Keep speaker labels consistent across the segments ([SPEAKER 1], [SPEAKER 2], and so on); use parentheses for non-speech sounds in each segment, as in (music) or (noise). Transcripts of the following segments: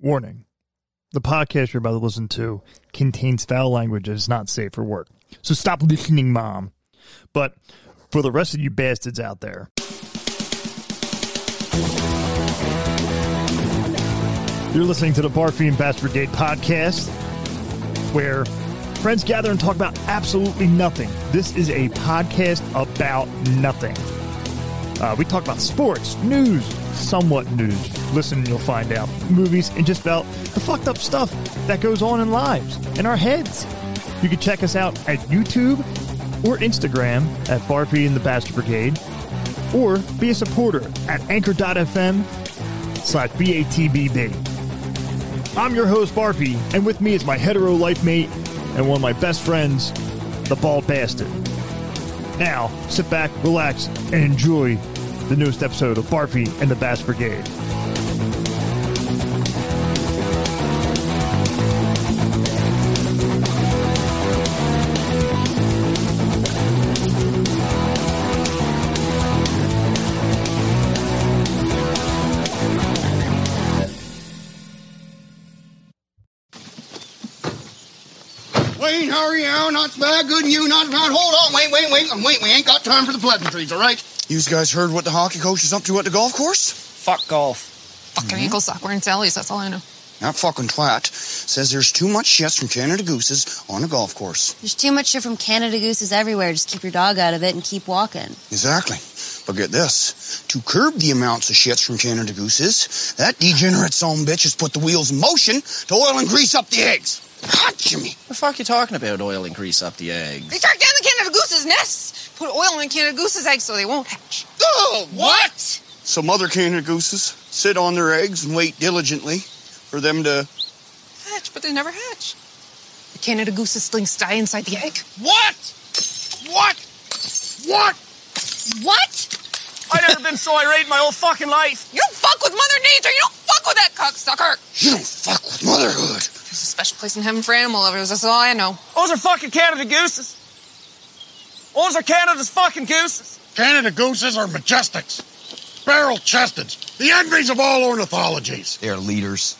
[SPEAKER 1] Warning The podcast you're about to listen to contains foul language that is not safe for work. So stop listening, Mom. But for the rest of you bastards out there, you're listening to the Barfy and Bass Brigade podcast, where friends gather and talk about absolutely nothing. This is a podcast about nothing. Uh, we talk about sports, news, somewhat news. Listen, and you'll find out. Movies, and just about the fucked up stuff that goes on in lives, in our heads. You can check us out at YouTube or Instagram at Barfy and the Bastard Brigade, or be a supporter at anchor.fm slash BATBB. I'm your host, Barfy, and with me is my hetero life mate and one of my best friends, the Bald Bastard. Now, sit back, relax, and enjoy the newest episode of Barfy and the Bass Brigade.
[SPEAKER 2] Wait, hurry, out, not bad, good and you, not bad. Hold on, wait, wait, wait, um, wait, we ain't got time for the pleasantries, all right?
[SPEAKER 3] You guys heard what the hockey coach is up to at the golf course?
[SPEAKER 2] Fuck golf.
[SPEAKER 4] Fucking ankle sock wearing Sally's, that's all I know.
[SPEAKER 3] That fucking twat says there's too much shit from Canada Gooses on a golf course.
[SPEAKER 5] There's too much shit from Canada gooses everywhere. Just keep your dog out of it and keep walking.
[SPEAKER 3] Exactly. But get this. To curb the amounts of shits from Canada Gooses, that degenerate son bitch has put the wheels in motion to oil and grease up the eggs. Hot Jimmy.
[SPEAKER 6] The fuck you talking about? Oil and grease up the egg.
[SPEAKER 4] They took down the Canada goose's nests! Put oil in Canada goose's eggs so they won't hatch.
[SPEAKER 3] Oh,
[SPEAKER 2] What?
[SPEAKER 3] Some other Canada Gooses sit on their eggs and wait diligently for them to...
[SPEAKER 4] Hatch, but they never hatch. The Canada goose's slings die inside the egg.
[SPEAKER 2] What? What? What?
[SPEAKER 4] What?
[SPEAKER 6] I never been so irate in my whole fucking life.
[SPEAKER 4] You don't fuck with Mother Nature! You don't fuck with that cocksucker!
[SPEAKER 3] You don't fuck with motherhood.
[SPEAKER 4] There's a special place in heaven for animal lovers, that's all I know.
[SPEAKER 6] Those are fucking Canada gooses. Those are Canada's fucking gooses.
[SPEAKER 2] Canada gooses are majestics, barrel chesteds, the envies of all ornithologies.
[SPEAKER 7] They are leaders,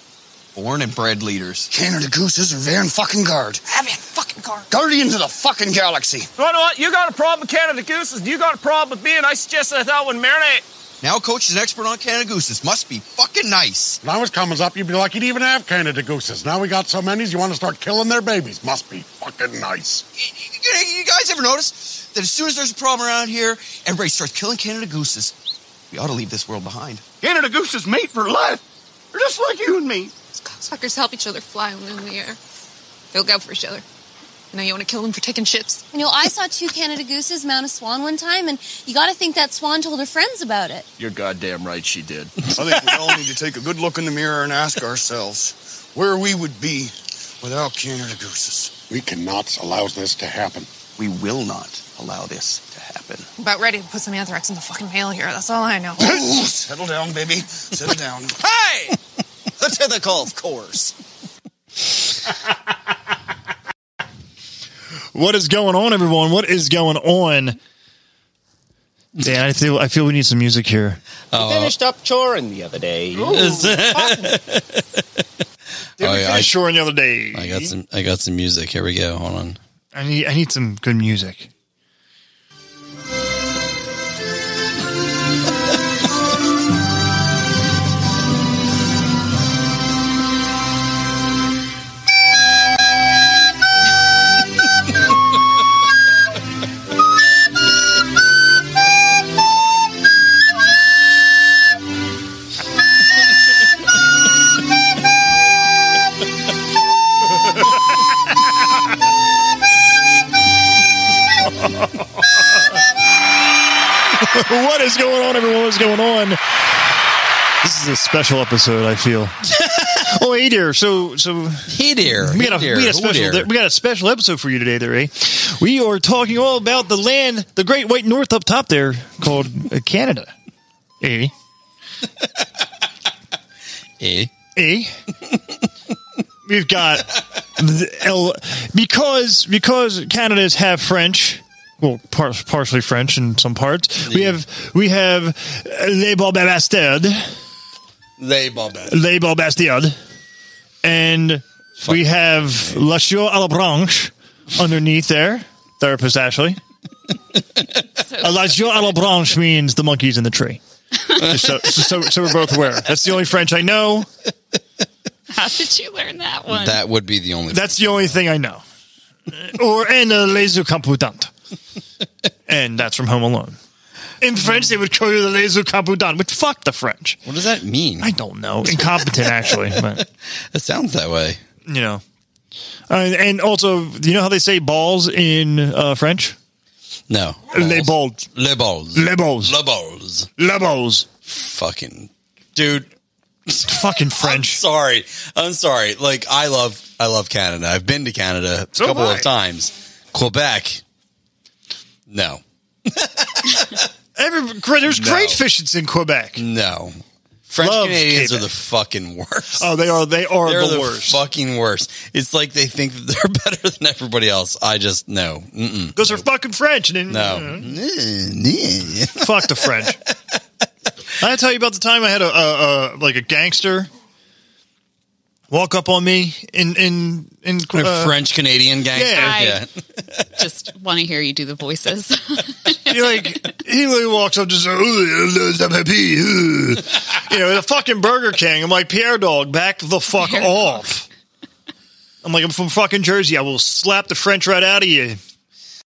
[SPEAKER 7] born and bred leaders.
[SPEAKER 3] Canada Gooses are Van fucking guard.
[SPEAKER 4] Have you a fucking car?
[SPEAKER 3] Guardians of the fucking galaxy.
[SPEAKER 6] You know what? You got a problem with Canada gooses, and you got a problem with me, and I suggest that that one marinate.
[SPEAKER 7] Now, coach is an expert on Canada Gooses. Must be fucking nice.
[SPEAKER 2] When I was coming up, you'd be lucky to even have Canada gooses. Now we got so many, you want to start killing their babies. Must be fucking nice.
[SPEAKER 7] You, you- you guys ever notice that as soon as there's a problem around here, everybody starts killing Canada Gooses? We ought to leave this world behind.
[SPEAKER 2] Canada gooses mate for life. They're just like you and me.
[SPEAKER 4] Those cocksuckers help each other fly when they're in the air. They look out for each other. And now you want to kill them for taking shits.
[SPEAKER 5] You know, I saw two Canada gooses mount a swan one time, and you gotta think that swan told her friends about it.
[SPEAKER 6] You're goddamn right she did.
[SPEAKER 3] I think we all need to take a good look in the mirror and ask ourselves where we would be without Canada Gooses.
[SPEAKER 2] We cannot allow this to happen.
[SPEAKER 7] We will not allow this to happen.
[SPEAKER 4] I'm about ready to put some anthrax in the fucking mail here, that's all I know.
[SPEAKER 3] Ooh, settle down, baby. Settle (laughs) down.
[SPEAKER 7] Hey! Let's hit the golf course.
[SPEAKER 1] What is going on, everyone? What is going on? Dan, I feel I feel we need some music here.
[SPEAKER 8] Uh-huh.
[SPEAKER 6] Finished up choring the other day.
[SPEAKER 1] Did
[SPEAKER 9] Oh,
[SPEAKER 1] we
[SPEAKER 9] yeah,
[SPEAKER 1] finish
[SPEAKER 9] I-
[SPEAKER 1] shoring the other day?
[SPEAKER 9] I got some. I got some music. Here we go. Hold on.
[SPEAKER 1] I need I need some good music. What is going on, everyone? What's going on? This is a special episode. I (laughs) feel. oh, hey there. So so
[SPEAKER 9] Hey there.
[SPEAKER 1] we
[SPEAKER 9] hey
[SPEAKER 1] got a,
[SPEAKER 9] there,
[SPEAKER 1] we got a
[SPEAKER 9] hello
[SPEAKER 1] special
[SPEAKER 9] there.
[SPEAKER 1] we got a special episode for you today, there. Eh? We are talking all about the land, the Great White North up top there, called uh, Canada. Eh?
[SPEAKER 9] Eh?
[SPEAKER 1] Eh? We've got the L, because because Canada is half French. Well, par- partially French in some parts. We have we have uh, les Barbes Bastards,
[SPEAKER 9] They bombed us.
[SPEAKER 1] les Barbes Bastards, And we have Lachaux à la Branche underneath there. Therapist Ashley. Uh, Lachaux à la Branche means the monkeys in the tree. Just so, so, so we're both aware. That's the only French I know.
[SPEAKER 9] How did you learn that one?
[SPEAKER 3] That would be the only.
[SPEAKER 1] That's the only thing I (laughs) know. Or and uh, les computant. And that's from Home Alone. In French, they would call you the les computant, which fuck the French.
[SPEAKER 3] what does that mean?
[SPEAKER 1] I don't know. Incompetent, actually. But,
[SPEAKER 3] It sounds that way.
[SPEAKER 1] you know. Uh, and also, you know how they say balls in uh, French?
[SPEAKER 3] No.
[SPEAKER 1] Les balls.
[SPEAKER 3] Le balls.
[SPEAKER 1] Les balls.
[SPEAKER 3] Le balls.
[SPEAKER 1] Les balls.
[SPEAKER 3] Fucking dude.
[SPEAKER 1] Fucking
[SPEAKER 3] I'm
[SPEAKER 1] French.
[SPEAKER 3] sorry. I'm sorry. Like I love I love Canada. I've been to Canada a
[SPEAKER 1] So
[SPEAKER 3] couple
[SPEAKER 1] have I.
[SPEAKER 3] of times. Quebec. No.
[SPEAKER 1] Every, there's
[SPEAKER 3] No. Mm.
[SPEAKER 1] great fishes in Quebec.
[SPEAKER 3] No. French
[SPEAKER 1] Love
[SPEAKER 3] Canadians
[SPEAKER 1] Quebec.
[SPEAKER 3] are the fucking worst.
[SPEAKER 1] Oh, they are. They are
[SPEAKER 3] They're
[SPEAKER 1] the,
[SPEAKER 3] the,
[SPEAKER 1] worst.
[SPEAKER 3] fucking worst. It's like they think that they're (laughs) better than everybody else. I just no. Mm-mm.
[SPEAKER 1] Those are fucking French. And then,
[SPEAKER 3] No.
[SPEAKER 9] Mm-hmm.
[SPEAKER 3] (laughs) Mm,
[SPEAKER 1] Fuck the French. I tell you about the time I had a, a, a like a gangster walk up on me in in in
[SPEAKER 3] yeah.
[SPEAKER 1] uh,
[SPEAKER 3] French Canadian gangster.
[SPEAKER 1] yeah.
[SPEAKER 3] Yeah.
[SPEAKER 9] (laughs) Just want to hear you do the voices.
[SPEAKER 1] He like he really walks up just like, "Ooh, I'm happy, ooh." you know the fucking Burger King. I'm like Pierre Dog, back the fuck
[SPEAKER 9] Pierre
[SPEAKER 1] off. I'm like I'm from fucking Jersey. I will slap the French right out of you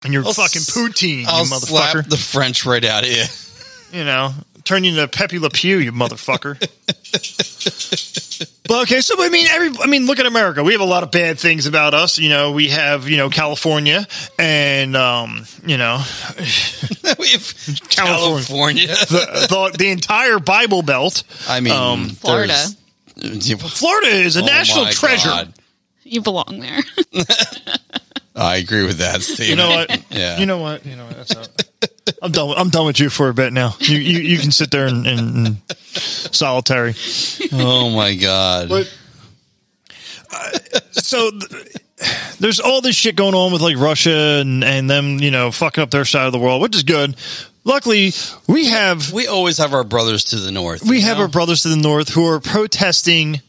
[SPEAKER 1] and your
[SPEAKER 3] I'll
[SPEAKER 1] fucking
[SPEAKER 3] s-
[SPEAKER 1] poutine,
[SPEAKER 3] (laughs) I'll
[SPEAKER 1] you
[SPEAKER 3] slap
[SPEAKER 1] motherfucker.
[SPEAKER 3] the French right out of you. (laughs)
[SPEAKER 1] you know, turn you into Pepe Le Pew, you motherfucker. but okay, so I mean, every I mean, look at America. We have a lot of bad things about us. You know, we have you know California and um, you know (laughs)
[SPEAKER 3] we have California.
[SPEAKER 1] the, the the entire Bible Belt.
[SPEAKER 3] I mean,
[SPEAKER 1] Um,
[SPEAKER 9] Florida.
[SPEAKER 3] there's- Yeah,
[SPEAKER 1] Florida is a
[SPEAKER 3] oh
[SPEAKER 1] national
[SPEAKER 3] my
[SPEAKER 1] treasure.
[SPEAKER 3] God.
[SPEAKER 9] you belong there.
[SPEAKER 3] (laughs) I agree with that, Steve.
[SPEAKER 1] You know what?
[SPEAKER 3] (laughs) Yeah.
[SPEAKER 1] You know what? You know what? That's not, I'm done. With, I'm done with you for a bit now. You you, you can sit there and, and, and solitary.
[SPEAKER 3] Oh my god.
[SPEAKER 1] But so th- there's all this shit going on with like Russia and, and them, you know, fucking up their side of the world, which is good. Luckily, we have
[SPEAKER 3] We always have our brothers to the north.
[SPEAKER 1] we
[SPEAKER 3] you
[SPEAKER 1] have
[SPEAKER 3] know?
[SPEAKER 1] our brothers to the north who are protesting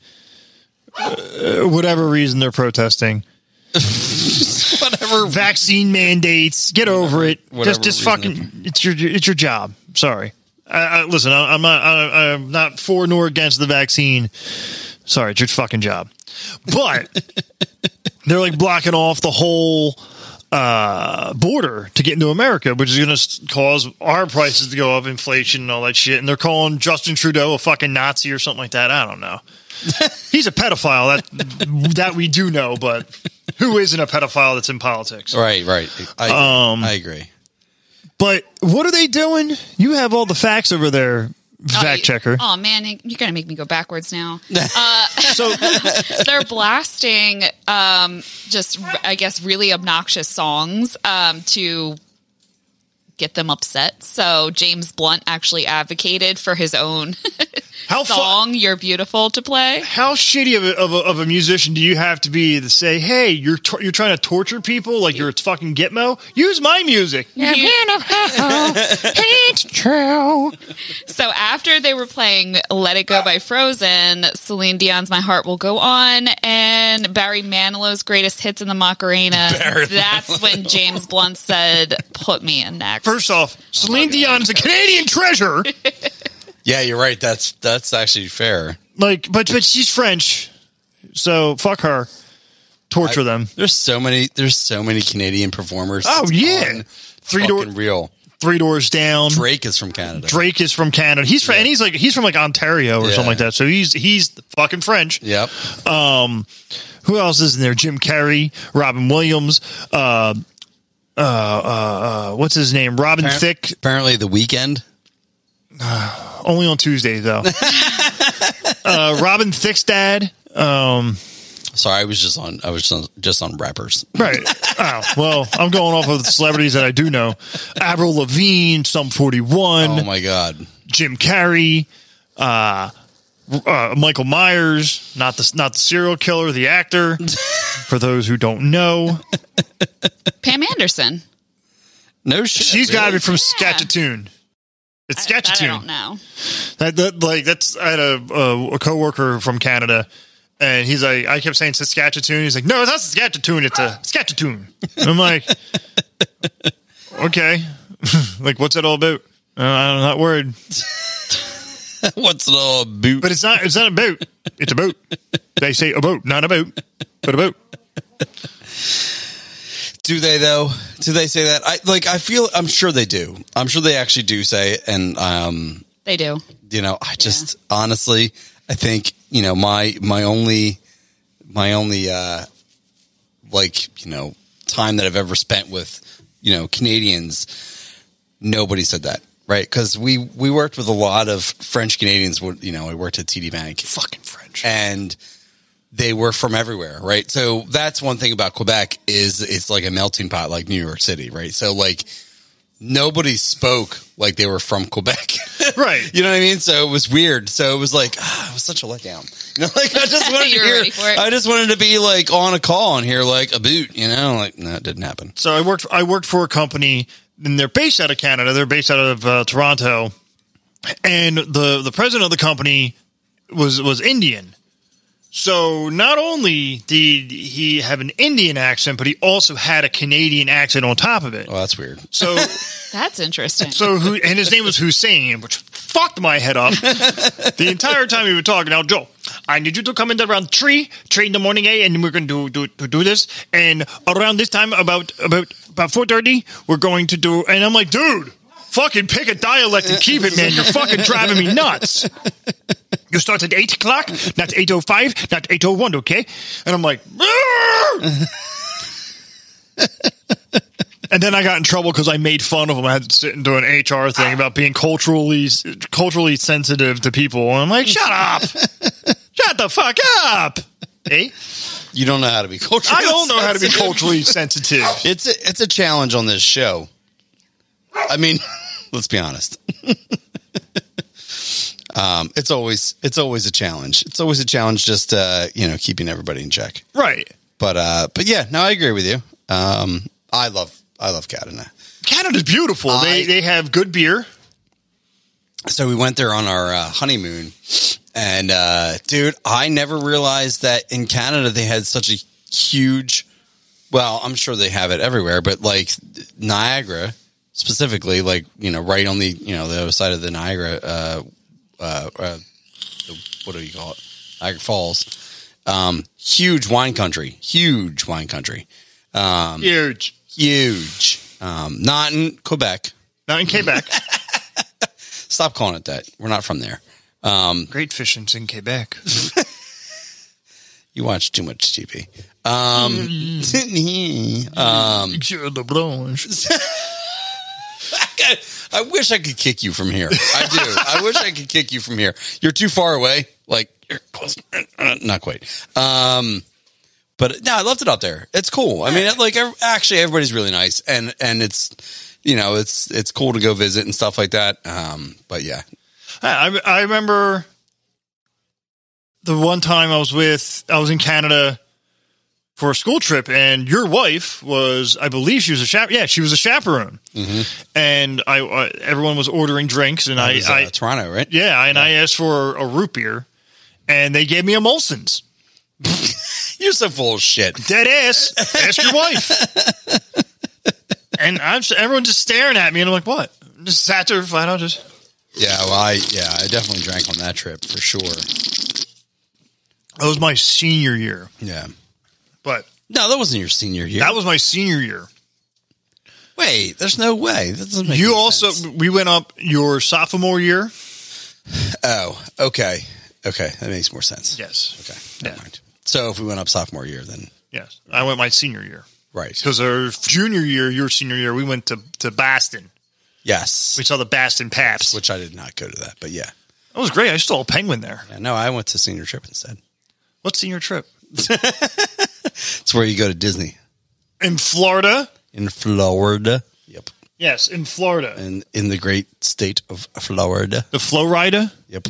[SPEAKER 1] uh, whatever reason they're protesting.
[SPEAKER 3] (laughs) whatever.
[SPEAKER 1] (laughs) Vaccine mandates. Get over it.
[SPEAKER 3] whatever
[SPEAKER 1] just just
[SPEAKER 3] reason
[SPEAKER 1] fucking it's your it's your job. Sorry. I, I, listen, I, I'm not I, I'm not for nor against the vaccine. Sorry, it's your fucking job. But they're like blocking off the whole uh, border to get into America, which is going to cause our prices to go up, inflation and all that shit. And they're calling Justin Trudeau a fucking Nazi or something like that. I don't know. He's a pedophile that that we do know, but who isn't a pedophile that's in politics?
[SPEAKER 3] Right, right. I, agree. I agree.
[SPEAKER 1] But what are they doing? You have all the facts over there, fact checker.
[SPEAKER 9] Oh man, you're gonna make me go backwards now. Uh,
[SPEAKER 1] So
[SPEAKER 9] (laughs) they're blasting um, just I guess really obnoxious songs um, to get them upset. So James Blunt actually advocated for his own (laughs)
[SPEAKER 1] how fu-
[SPEAKER 9] song "You're Beautiful" to play.
[SPEAKER 1] how shitty of a, of, a, of a musician do you have to be to say, "Hey, you're tor- you're trying to torture people like you're a fucking Gitmo? Use my music."
[SPEAKER 9] So after they were playing "Let It Go" by Frozen, Celine Dion's "My Heart Will Go On" and Barry Manilow's "Greatest Hits in
[SPEAKER 3] (laughs)
[SPEAKER 9] the Macarena." That's when James Blunt said, "Put me in next."
[SPEAKER 1] First off,
[SPEAKER 3] Oh
[SPEAKER 1] Celine Dion's a Canadian
[SPEAKER 3] (laughs)
[SPEAKER 1] treasure.
[SPEAKER 3] Yeah, you're right. That's that's actually fair.
[SPEAKER 1] like, but but she's French, so fuck her. Torture them.
[SPEAKER 3] There's so many. There's so many Canadian performers.
[SPEAKER 1] Oh,
[SPEAKER 3] It's
[SPEAKER 1] yeah.
[SPEAKER 3] un-
[SPEAKER 1] Three
[SPEAKER 3] fucking
[SPEAKER 1] door-
[SPEAKER 3] real.
[SPEAKER 1] Three doors down. Drake,
[SPEAKER 3] Drake is from Canada.
[SPEAKER 1] is from Canada. He's from, and he's like he's from like Ontario or something
[SPEAKER 3] Yeah.
[SPEAKER 1] like that. So he's he's fucking French.
[SPEAKER 3] Yep.
[SPEAKER 1] Um, who else is in there? Jim Carrey, Robin Williams, uh, uh, uh, uh, what's his name? Robin
[SPEAKER 3] Appar-
[SPEAKER 1] Thicke,
[SPEAKER 3] Apparently, the weekend.
[SPEAKER 1] only on Tuesday
[SPEAKER 9] (laughs)
[SPEAKER 1] though. uh, Robin Thicke's dad. Um,
[SPEAKER 3] Sorry, I was just on. I was just on, just on rappers.
[SPEAKER 1] right. Oh, well, I'm going off of the celebrities that I do know. Avril Lavigne, Sum 41,
[SPEAKER 3] Oh my god.
[SPEAKER 1] Jim Carrey, uh, uh, Michael Myers, not the not the serial killer, the
[SPEAKER 9] (laughs)
[SPEAKER 1] actor. For those who don't know,
[SPEAKER 9] Pam Anderson.
[SPEAKER 3] No shit.
[SPEAKER 1] she's got to be from
[SPEAKER 9] Yeah.
[SPEAKER 1] Saskatchoon. It's
[SPEAKER 9] I- that I
[SPEAKER 1] Saskatchewan.
[SPEAKER 9] don't know.
[SPEAKER 1] That, that like that's I had a, a a coworker from Canada, And he's like, I kept saying Saskatchewan. He's like, no, it's not Saskatchewan. It's a Saskatchewan. And I'm like, (laughs) okay. (laughs) like, what's that all about? Uh, I don't know that word,
[SPEAKER 3] (laughs) What's it all boot?
[SPEAKER 1] but it's not. It's not a boat. It's a boat. They say a boat, not a boat, but a boat.
[SPEAKER 3] Do they though? Do they say that? I like. I feel. I'm sure they do. I'm sure they actually do say it. And um,
[SPEAKER 9] They do.
[SPEAKER 3] you know, I just honestly, I think you know my my only my only uh like you know time that I've ever spent with you know Canadians, nobody said that. Right, because we we worked with a lot of French Canadians. when- You know, I worked at TD Bank. Fucking French, and they were from everywhere, right? So that's one thing about Quebec is it's like a melting pot, like New York City, right? So like nobody spoke like they were from Quebec, (laughs)
[SPEAKER 1] Right.
[SPEAKER 3] You know what I mean? So it was weird. So it was like (sighs) ah, it was such a letdown. (laughs) You know, like I
[SPEAKER 9] (laughs)
[SPEAKER 3] just wanted to
[SPEAKER 9] You were
[SPEAKER 3] hear,
[SPEAKER 9] ready for it.
[SPEAKER 3] I just wanted to be like on a call and hear like a boot. You know, like no, it didn't happen.
[SPEAKER 1] So I worked. I worked for a company, and they're based out of Canada. They're based out of uh, Toronto, and the the president of the company was was Indian. So not only did he have an Indian accent, but he also had a Canadian accent on top of it.
[SPEAKER 3] Well, that's weird.
[SPEAKER 1] So
[SPEAKER 9] That's interesting.
[SPEAKER 1] so who and his name was Hussein, which fucked my head up the entire time we were talking. Now, Joe, I need you to come in around three, three in the morning, eh? And we're going to do, do to do this. And around this time, about about about four thirty, we're going to do. And I'm like, dude, fucking pick a dialect and keep it, man. You're fucking driving me nuts. You start at eight o'clock, not eight o five, not eight o one, okay? And I'm like. "Argh!" And then I got in trouble because I made fun of him. I had to sit and do an HR thing about being culturally culturally sensitive to people. And I'm like, shut (laughs) up, shut the fuck up. Eh?
[SPEAKER 3] You don't know how to be cultural.
[SPEAKER 1] I don't know how to be
[SPEAKER 3] sensitive.
[SPEAKER 1] culturally sensitive.
[SPEAKER 3] It's a, it's a challenge on this show. I mean, (laughs) let's be honest. (laughs) um, it's always it's always a challenge. It's always a challenge just uh, you know, keeping everybody in check.
[SPEAKER 1] Right.
[SPEAKER 3] But uh but yeah, no I agree with you. Um I love I love Cadena.
[SPEAKER 1] Canada's beautiful. they
[SPEAKER 3] I-
[SPEAKER 1] they have good beer.
[SPEAKER 3] So we went there on our uh, honeymoon and uh dude, I never realized that in Canada they had such a huge well, I'm sure they have it everywhere, but like Niagara specifically, like you know, right on the you know the other side of the Niagara, uh, uh, uh the, what do you call it, Niagara Falls, um, huge wine country, huge wine country,
[SPEAKER 1] Um, Huge.
[SPEAKER 3] huge. Um, not in Quebec.
[SPEAKER 1] Not in Quebec.
[SPEAKER 3] Stop calling it that. We're not from there.
[SPEAKER 1] (laughs) Great fishing's in Quebec.
[SPEAKER 3] You watch too much TV. Um, um, (laughs) I wish I could kick you from here. I do. I wish I could kick you from here. You're too far away. Like you're close, not quite. Um, but no, I loved it up there. It's cool. I mean, it, like ev- actually, everybody's really nice, and and it's you know it's it's cool to go visit and stuff like that. Um, but yeah,
[SPEAKER 1] I, I remember the one time I was with, I was in Canada for a school trip, and your wife was, I believe, she was a chap. Yeah, she was a chaperone, and I, I everyone was ordering drinks, and I,
[SPEAKER 3] It was, uh,
[SPEAKER 1] I
[SPEAKER 3] Toronto, right?
[SPEAKER 1] yeah, and I asked for a root beer, and they gave me a Molson's.
[SPEAKER 3] You're so full of shit.
[SPEAKER 1] Dead ass. Ask your wife. and I'm everyone just staring at me, and I'm like, what? Just sat there flat out, just.
[SPEAKER 3] Yeah, well, I yeah, I definitely drank on that trip for sure.
[SPEAKER 1] That was my senior year,
[SPEAKER 3] Yeah.
[SPEAKER 1] but
[SPEAKER 3] No, that wasn't your senior year.
[SPEAKER 1] that was my senior year.
[SPEAKER 3] Wait, there's no way. That doesn't make
[SPEAKER 1] You
[SPEAKER 3] any
[SPEAKER 1] also
[SPEAKER 3] sense.
[SPEAKER 1] we went up your sophomore year.
[SPEAKER 3] Oh, okay, okay, that makes more sense.
[SPEAKER 1] Yes.
[SPEAKER 3] Okay, never
[SPEAKER 1] Yeah.
[SPEAKER 3] mind. So if we went up sophomore year, then
[SPEAKER 1] Yes. I went my senior year
[SPEAKER 3] right?
[SPEAKER 1] because our junior year, your senior year, we went to to Boston.
[SPEAKER 3] Yes,
[SPEAKER 1] We saw the Boston Paps.
[SPEAKER 3] which I did not go to that, but yeah.
[SPEAKER 1] That was great. I saw a penguin there.
[SPEAKER 3] Yeah, No, I went to senior trip instead.
[SPEAKER 1] What's senior trip?
[SPEAKER 3] It's where you go to Disney
[SPEAKER 1] In Florida.
[SPEAKER 3] in Florida. Yep,
[SPEAKER 1] Yes, in Florida.
[SPEAKER 3] and in the great state of Florida.
[SPEAKER 1] The Flow Rider.
[SPEAKER 3] (laughs) Yep.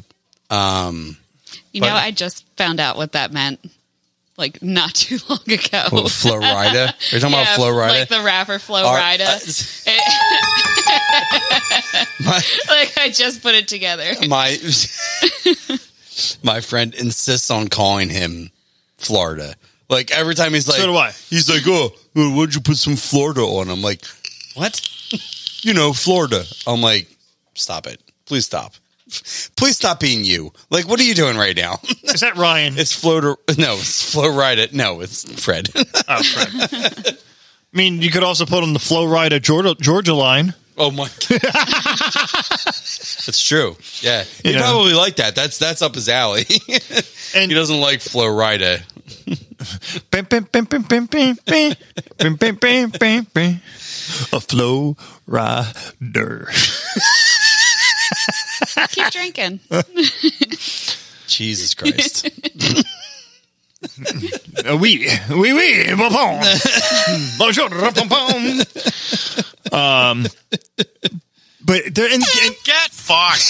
[SPEAKER 3] Um,
[SPEAKER 9] you know, I just found out what that meant like not too (laughs) long ago.
[SPEAKER 3] well, (laughs) Florida. Are you talking about Florida?
[SPEAKER 9] Like the rapper Flo
[SPEAKER 3] Are-
[SPEAKER 9] Rida. (laughs)
[SPEAKER 3] uh, My-
[SPEAKER 9] like I
[SPEAKER 3] (laughs)
[SPEAKER 9] just put it together.
[SPEAKER 3] my my friend insists on calling him Florida. Like every time he's like,
[SPEAKER 1] So do I.
[SPEAKER 3] He's like, oh, well, why'd you put some Florida on? I'm like, what? (laughs) you know, Florida. I'm like, stop it, please stop, (laughs) please stop being you. Like, what are you doing right now? (laughs)
[SPEAKER 1] Is that Ryan?
[SPEAKER 3] it's Florida. No, it's Flo Rida. No, it's Fred. (laughs)
[SPEAKER 1] Oh, correct. I mean, you could also put on the Flow Rider Georgia, Georgia line.
[SPEAKER 3] oh my. (laughs) It's true. Yeah, he
[SPEAKER 1] You know.
[SPEAKER 3] probably like that. That's that's up his alley. (laughs)
[SPEAKER 1] And-
[SPEAKER 3] he doesn't like Flo Rida.
[SPEAKER 1] Bim, bim, bim, bim, bim, bim, bim, bim, bim, bim, bim, bim. A Flow Rider.
[SPEAKER 3] (laughs)
[SPEAKER 9] Keep drinking.
[SPEAKER 3] Jesus (laughs) Christ.
[SPEAKER 1] Uh, oui, oui, oui, bonbon.
[SPEAKER 3] (laughs)
[SPEAKER 1] Bonjour, bonbon. Um, but there, and, and
[SPEAKER 10] Get fucked.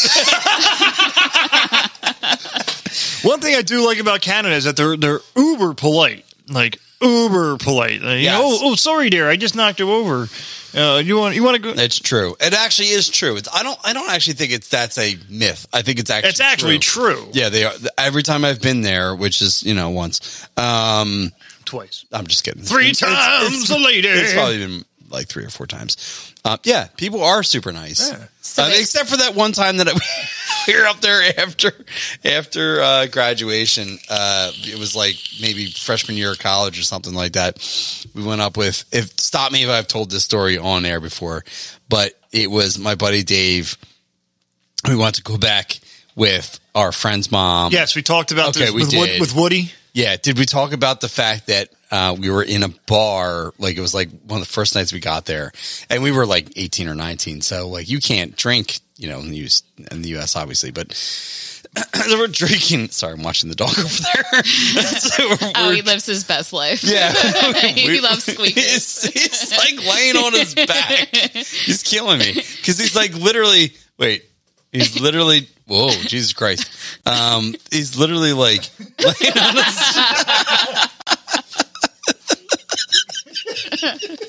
[SPEAKER 1] one thing I do like about Canada is that they're they're uber polite, like uber polite. Like,
[SPEAKER 3] Yes.
[SPEAKER 1] oh, oh, sorry, dear, I just knocked you over. Uh, you want you want to go?
[SPEAKER 3] It's true. It actually is true. It's, I don't. I don't actually think it's that's a myth. I think it's actually
[SPEAKER 1] It's actually true.
[SPEAKER 3] Yeah, they are. Every time I've been there, which is you know once. Um,
[SPEAKER 1] Twice,
[SPEAKER 3] I'm just kidding.
[SPEAKER 1] three
[SPEAKER 3] It's- it's-
[SPEAKER 1] times
[SPEAKER 3] It's,
[SPEAKER 1] a lady.
[SPEAKER 3] it's probably been like three or four times. Uh, yeah, people are super nice.
[SPEAKER 9] So
[SPEAKER 3] Uh,
[SPEAKER 9] they-
[SPEAKER 3] except for that one time that I, (laughs) we were up there after after uh, graduation. Uh, it was like maybe freshman year of college or something like that. We went up with. If stop me if I've told this story on air before, but it was my buddy Dave. We went to Quebec with our friend's mom.
[SPEAKER 1] Yes, we talked about
[SPEAKER 3] Okay,
[SPEAKER 1] this
[SPEAKER 3] we
[SPEAKER 1] with, Wood-
[SPEAKER 3] did.
[SPEAKER 1] with Woody.
[SPEAKER 3] Yeah. Did we talk about the fact that uh, we were in a bar? Like it was like one of the first nights we got there, and we were like eighteen or nineteen. So like you can't drink, you know, in the US, in the US obviously, but (clears throat) they were drinking. Sorry, I'm watching the dog over there. (laughs) So we're-
[SPEAKER 9] Oh, he lives his best life.
[SPEAKER 3] (laughs) yeah.
[SPEAKER 9] (laughs) he
[SPEAKER 3] (laughs)
[SPEAKER 9] loves squeakers.
[SPEAKER 3] He's, he's like laying on his back. He's killing me because he's like literally. Wait, he's literally. Whoa, Jesus Christ! Um, he's literally like laying on his. (laughs)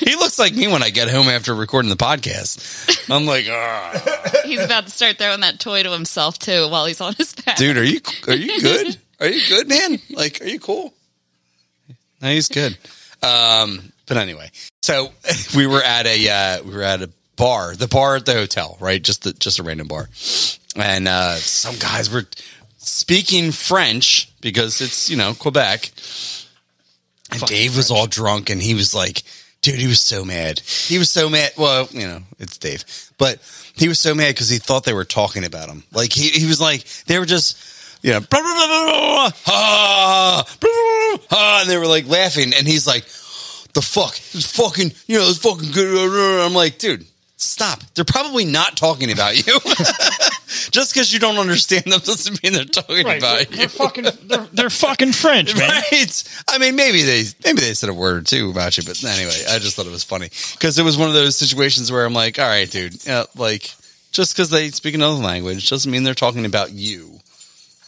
[SPEAKER 3] he looks like me when I get home after recording the podcast. I'm like, ah,
[SPEAKER 9] He's about to start throwing that toy to himself too while he's on his back.
[SPEAKER 3] dude, are you are you (laughs) good? Are you good, man? Like, are you cool? No, he's good. Um, but anyway, so (laughs) we were at a uh, we were at a bar, the bar at the hotel, right? Just the, just a random bar, and uh, some guys were speaking French because it's you know Quebec, and Dave was all drunk, and he was like, "Dude, he was so mad. He was so mad. Well, you know, it's Dave, but he was so mad because he thought they were talking about him. Like he, he was like they were just." You know, blah, blah, blah, blah, blah, ah, blah, blah, blah, ah, and they were like laughing, and he's like, the fuck, it's fucking, you know, it's fucking good. I'm like, dude, stop. They're probably not talking about you. (laughs) Just because you don't understand them doesn't mean they're talking about (laughs) you.
[SPEAKER 1] fucking they're, they're fucking French, man.
[SPEAKER 3] (laughs) Right. I mean, maybe they maybe they said a word or two about you, but anyway, I just thought it was funny because it was one of those situations where I'm like, all right, dude, uh, like just because they speak another language doesn't mean they're talking about you.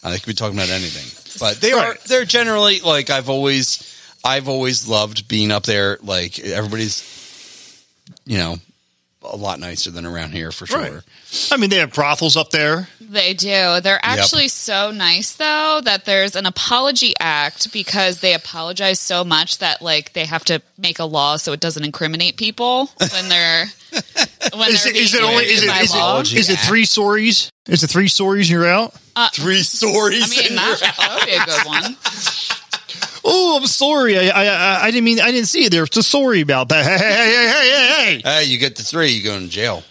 [SPEAKER 3] Uh, they could be talking about anything, but they are
[SPEAKER 1] Right.
[SPEAKER 3] they're generally like I've always I've always loved being up there. Like everybody's, you know, a lot nicer than around here for sure.
[SPEAKER 1] Right. (laughs) I mean, they have brothels up there.
[SPEAKER 9] They do. They're actually so nice though that there's an apology act because they apologize so much that like they have to make a law so it doesn't incriminate people when they're
[SPEAKER 1] (laughs)
[SPEAKER 9] when
[SPEAKER 1] Is
[SPEAKER 9] they're
[SPEAKER 1] it, is it
[SPEAKER 9] being
[SPEAKER 1] only is
[SPEAKER 9] raped
[SPEAKER 1] it
[SPEAKER 9] by
[SPEAKER 1] is
[SPEAKER 9] law.
[SPEAKER 1] it, is it three stories? Is it three stories? You're out.
[SPEAKER 3] Three stories.
[SPEAKER 9] I mean, that, that would be a good one.
[SPEAKER 1] Oh, I'm sorry. I, I I I didn't mean I didn't see it there. So sorry about that. Hey hey hey hey hey hey.
[SPEAKER 3] (laughs) hey, you get the three, you go in jail.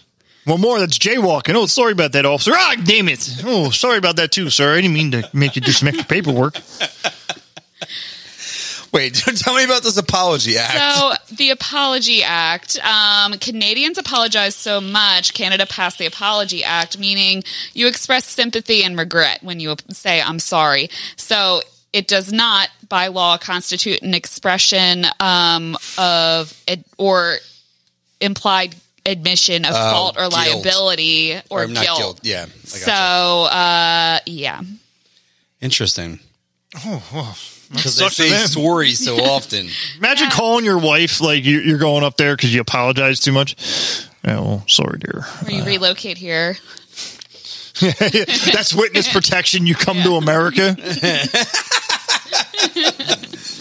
[SPEAKER 1] One more. That's jaywalking. Oh, sorry about that, officer. Ah, damn it. Oh, sorry about that too, sir. I didn't mean to make you do some extra paperwork.
[SPEAKER 3] Wait, (laughs) tell me about this apology act.
[SPEAKER 9] So the Apology Act. Um, Canadians apologize so much. Canada passed the Apology Act, meaning you express sympathy and regret when you say "I'm sorry." So it does not, by law, constitute an expression um, of ad- or implied admission of fault or
[SPEAKER 3] Oh, guilt.
[SPEAKER 9] liability or,
[SPEAKER 3] I'm not
[SPEAKER 9] guilt.
[SPEAKER 3] guilt. Yeah. I gotcha.
[SPEAKER 9] So uh, yeah,
[SPEAKER 3] interesting. Because
[SPEAKER 1] Oh, sucks for
[SPEAKER 3] they say
[SPEAKER 1] them. (laughs)
[SPEAKER 3] sorry so often.
[SPEAKER 1] Imagine calling your wife like you- you're going up there because you apologize too much. Oh, well, sorry, dear.
[SPEAKER 9] or
[SPEAKER 3] Uh,
[SPEAKER 9] you relocate here.
[SPEAKER 1] (laughs) That's witness protection. You come to America.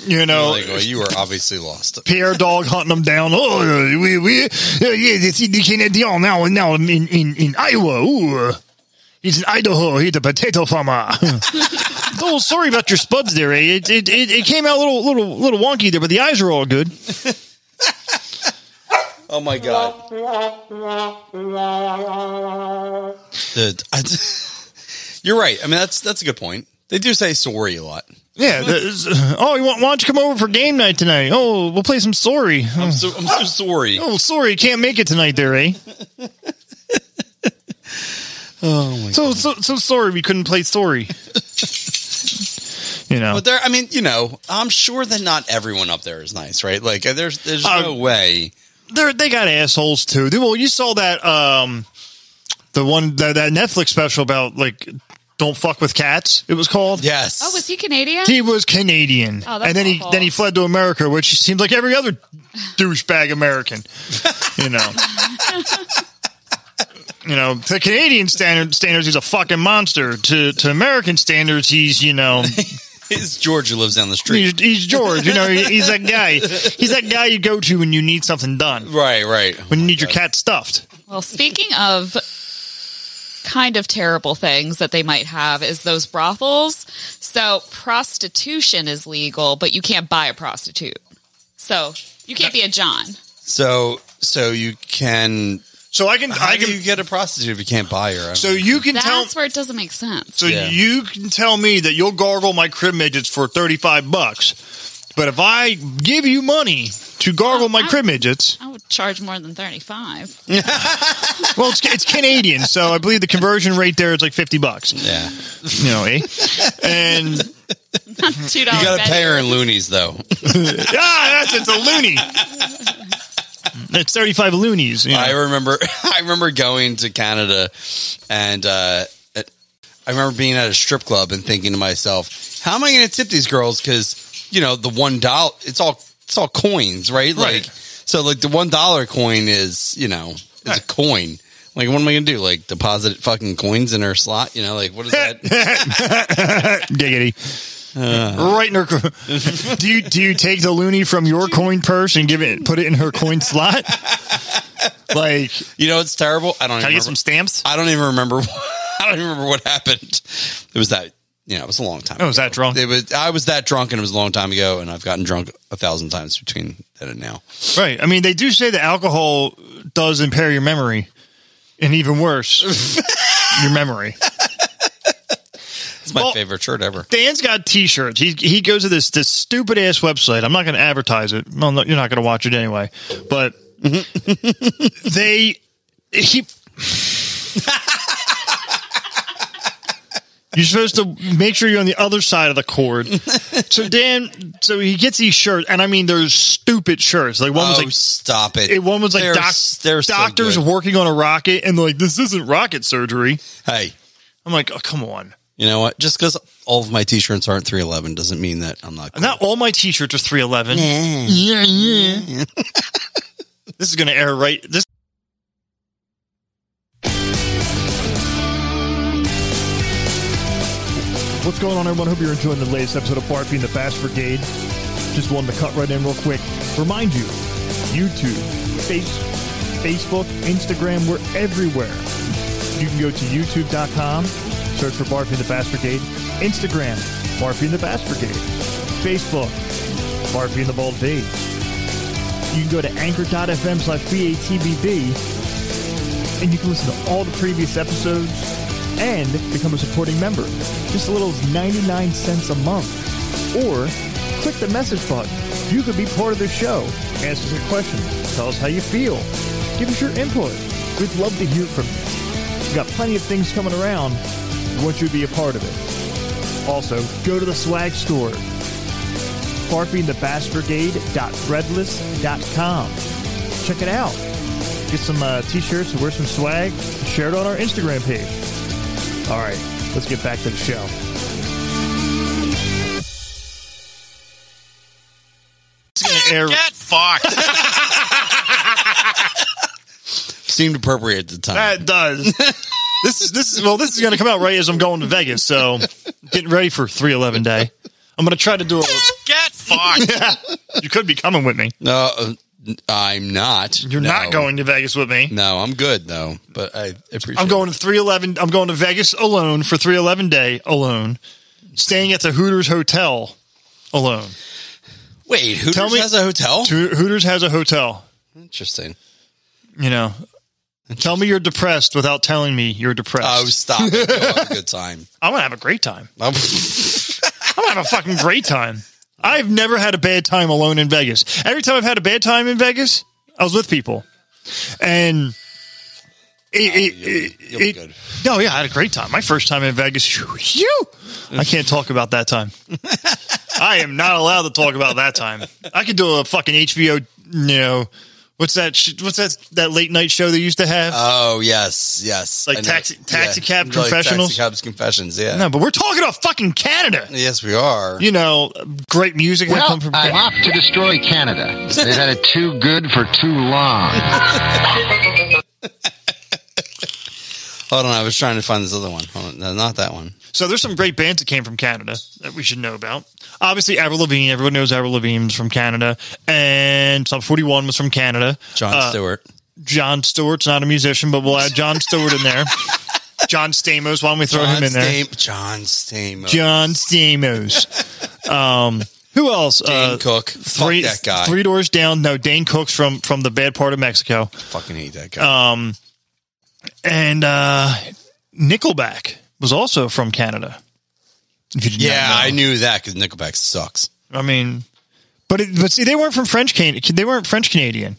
[SPEAKER 1] You know,
[SPEAKER 3] Like, well, you were obviously lost.
[SPEAKER 1] Pierre dog hunting them down. Oh, we we yeah, it's in the Canadian now now I'm in in in Iowa. Ooh, he's in Idaho. He's a potato farmer. (laughs) oh, sorry about your spuds there. Eh? It, it it it came out a little little little wonky there, but the eyes are all good.
[SPEAKER 3] Oh my god. The- I- (laughs) you're right. I mean, that's that's a good point. They do say sorry a lot.
[SPEAKER 1] Yeah. there's- oh, you want? Why don't you come over for game night tonight? Oh, we'll play some sorry.
[SPEAKER 3] I'm so I'm so sorry.
[SPEAKER 1] Oh, sorry, can't make it tonight, there, eh? oh my so, so so sorry we couldn't play sorry. you know,
[SPEAKER 3] But there, I mean, you know, I'm sure that not everyone up there is nice, right? Like, there's there's
[SPEAKER 1] Uh,
[SPEAKER 3] no way.
[SPEAKER 1] they they got assholes too. They- Well, you saw that um the one that, that Netflix special about like don't fuck with cats. It was called.
[SPEAKER 3] Yes.
[SPEAKER 9] Oh, was he Canadian?
[SPEAKER 1] He was Canadian,
[SPEAKER 9] Oh, that's
[SPEAKER 1] and then
[SPEAKER 9] awful.
[SPEAKER 1] he then he fled to America, which seems like every other douchebag American. You know, you know, to Canadian standard standards, he's a fucking monster. To to American standards, he's you know
[SPEAKER 3] His Georgia lives down the street.
[SPEAKER 1] he's, he's George. You know, he- he's that guy. He's that guy you go to when you need something done,
[SPEAKER 3] Right, right.
[SPEAKER 1] when you need your cat stuffed.
[SPEAKER 9] Well, speaking of kind of terrible things that they might have is those brothels. So prostitution is legal, but you can't buy a prostitute. So you can't be a John.
[SPEAKER 3] So so you can.
[SPEAKER 1] So I can
[SPEAKER 3] How
[SPEAKER 1] I
[SPEAKER 3] do
[SPEAKER 1] can.
[SPEAKER 3] you get a prostitute if you can't buy her? I don't
[SPEAKER 1] so you can tell.
[SPEAKER 9] That's where it doesn't make sense.
[SPEAKER 1] So
[SPEAKER 3] Yeah.
[SPEAKER 1] you can tell me that you'll gargle my crib midgets for thirty five bucks, but if I give you money to gargle my crib midgets,
[SPEAKER 9] I would charge more than 35.
[SPEAKER 1] well, it's, it's Canadian, so I believe the conversion rate there is like fifty bucks.
[SPEAKER 3] Yeah.
[SPEAKER 9] Oh,
[SPEAKER 1] You know, eh? And
[SPEAKER 9] $2
[SPEAKER 3] You gotta
[SPEAKER 9] bet.
[SPEAKER 3] pay her in loonies though.
[SPEAKER 1] ah, that's it's a loony. It's thirty five loonies. You know.
[SPEAKER 3] I remember (laughs) I remember going to Canada and uh it- I remember being at a strip club and thinking to myself, how am I going to tip these girls cuz you know the $1 it's all it's all coins, right?
[SPEAKER 1] Right.
[SPEAKER 3] Like so like the $1 coin is, you know, it's a coin. Like what am I going to do? Like deposit fucking coins in her slot, you know? Like
[SPEAKER 1] (laughs)
[SPEAKER 3] what is that?
[SPEAKER 1] Giggity. right in her. co- (laughs) do you do you take the loony from your coin purse and give it, put it in her coin slot? Like,
[SPEAKER 3] you know it's terrible. I don't
[SPEAKER 1] can I get
[SPEAKER 3] even remember-
[SPEAKER 1] some stamps?
[SPEAKER 3] I don't even remember. (laughs) I don't even remember what happened. It was that. You know, it was a long time.
[SPEAKER 1] I Oh, was
[SPEAKER 3] ago.
[SPEAKER 1] that drunk.
[SPEAKER 3] It was. I was that drunk, and it was a long time ago. And I've gotten drunk a thousand times between then and now.
[SPEAKER 1] Right. I mean, they do say that alcohol does impair your memory, and even worse, (laughs) your memory.
[SPEAKER 3] It's my
[SPEAKER 1] Well-
[SPEAKER 3] favorite shirt ever.
[SPEAKER 1] Dan's got T-shirts. He he goes to this this stupid ass website. I'm not going to advertise it. Well, no, you're not going to watch it anyway. But (laughs) they (laughs) he. You're supposed to make sure you're on the other side of the cord. So Dan, so he gets these shirts, and I mean, they're stupid shirts. Like one was
[SPEAKER 3] oh,
[SPEAKER 1] like
[SPEAKER 3] stop it!
[SPEAKER 1] it one was like
[SPEAKER 3] They're
[SPEAKER 1] doc-
[SPEAKER 3] s- they're so
[SPEAKER 1] doctors
[SPEAKER 3] good.
[SPEAKER 1] working on a rocket and they're like this isn't rocket surgery
[SPEAKER 3] hey,
[SPEAKER 1] i'm like oh come on
[SPEAKER 3] you know what? Just because all of my t-shirts aren't three eleven doesn't mean that I'm not.
[SPEAKER 1] not all my t-shirts are 311 yeah yeah this is gonna air right this What's going on, everyone? Hope you're enjoying the latest episode of Barfy and the Fast Brigade. Just wanted to cut right in real quick. Remind you, YouTube, face, Facebook, Instagram, we're everywhere. You can go to youtube.com, search for Barfy and the Fast Brigade, Instagram, Barfy and the Fast Brigade, Facebook, Barfy and the Bald Fade. You can go to anchor.fm slash BATBB, and you can listen to all the previous episodes and become a supporting member. Just a little as 99 cents a month. Or click the message button. You could be part of the show. Answer your questions. Tell us how you feel. Give us your input. We'd love to hear from you. We've got plenty of things coming around. We want you to be a part of it. Also, go to the swag store. BarfingTheBassBrigade.threadless.com. Check it out. Get some uh, t-shirts, wear some swag, share it on our Instagram page. All right, let's get back to the show. It's gonna air-
[SPEAKER 6] Get fucked.
[SPEAKER 3] Seemed appropriate at the time.
[SPEAKER 1] That does. this is this is well. This is going to come out right as I'm going to Vegas, so getting ready for 311 day. I'm going to try to do a
[SPEAKER 6] Get
[SPEAKER 1] Fuck. you could be coming with me.
[SPEAKER 3] No, uh, n- I'm not.
[SPEAKER 1] You're
[SPEAKER 3] No.
[SPEAKER 1] not going to Vegas with me.
[SPEAKER 3] No, I'm good though. But I appreciate.
[SPEAKER 1] I'm going to 311. I'm going to Vegas alone for 311 day alone, staying at the Hooters Hotel alone.
[SPEAKER 3] it. Wait, Hooters
[SPEAKER 1] Tell me-
[SPEAKER 3] has a hotel?
[SPEAKER 1] Ho- Hooters has a hotel.
[SPEAKER 3] Interesting.
[SPEAKER 1] You know, tell me you're depressed without telling me you're depressed.
[SPEAKER 3] Oh, stop! it. You'll have a
[SPEAKER 1] (laughs)
[SPEAKER 3] good time. (laughs)
[SPEAKER 1] I'm gonna have a great time.
[SPEAKER 3] I'm-
[SPEAKER 1] I'm gonna have a fucking great
[SPEAKER 3] (laughs)
[SPEAKER 1] time. I've never had a bad time alone in Vegas. Every time I've had a bad time in Vegas, I was with people, and it, it, it,
[SPEAKER 3] you'll be
[SPEAKER 1] it-
[SPEAKER 3] good.
[SPEAKER 1] no, yeah, I had a great time. My first time in Vegas, you, I can't talk about that time. I am not allowed to talk about that time. I could do a fucking HBO, you know, what's that? sh- What's that? That late night show they used to have.
[SPEAKER 3] oh yes, yes.
[SPEAKER 1] Like
[SPEAKER 3] I know.
[SPEAKER 1] taxi- taxi cab
[SPEAKER 3] Like
[SPEAKER 1] confessionals?
[SPEAKER 3] Taxi cabs confessions. Yeah.
[SPEAKER 1] no, but we're talking about fucking Canada.
[SPEAKER 3] Yes, we are.
[SPEAKER 1] You know, great music. had come from Canada.
[SPEAKER 11] opt to destroy Canada. They've had it too good for too long.
[SPEAKER 3] Hold on, I was trying to find this other one. Hold on. No, not that one.
[SPEAKER 1] So there's some great bands that came from Canada that we should know about. Obviously, Avril Lavigne. Everyone knows Avril Lavigne's from Canada, and Sum 41 was from Canada.
[SPEAKER 3] John
[SPEAKER 1] Uh,
[SPEAKER 3] Stewart.
[SPEAKER 1] John Stewart's not a musician, but we'll add John Stewart in
[SPEAKER 3] (laughs)
[SPEAKER 1] there. John Stamos. Why don't we throw
[SPEAKER 3] John
[SPEAKER 1] him in there?
[SPEAKER 3] Stam- John Stamos.
[SPEAKER 1] John Stamos. um, who else?
[SPEAKER 3] Dane
[SPEAKER 1] Uh,
[SPEAKER 3] Cook. Fuck
[SPEAKER 1] Three,
[SPEAKER 3] that guy.
[SPEAKER 1] three doors down. No, Dane Cook's from from the bad part of Mexico,
[SPEAKER 3] Fucking hate that
[SPEAKER 1] Um,
[SPEAKER 3] guy.
[SPEAKER 1] and uh, Nickelback was also from Canada. If you did not
[SPEAKER 3] yeah,
[SPEAKER 1] know.
[SPEAKER 3] I knew that because Nickelback sucks.
[SPEAKER 1] I mean, but it, but see, they weren't from French Can they weren't French Canadian,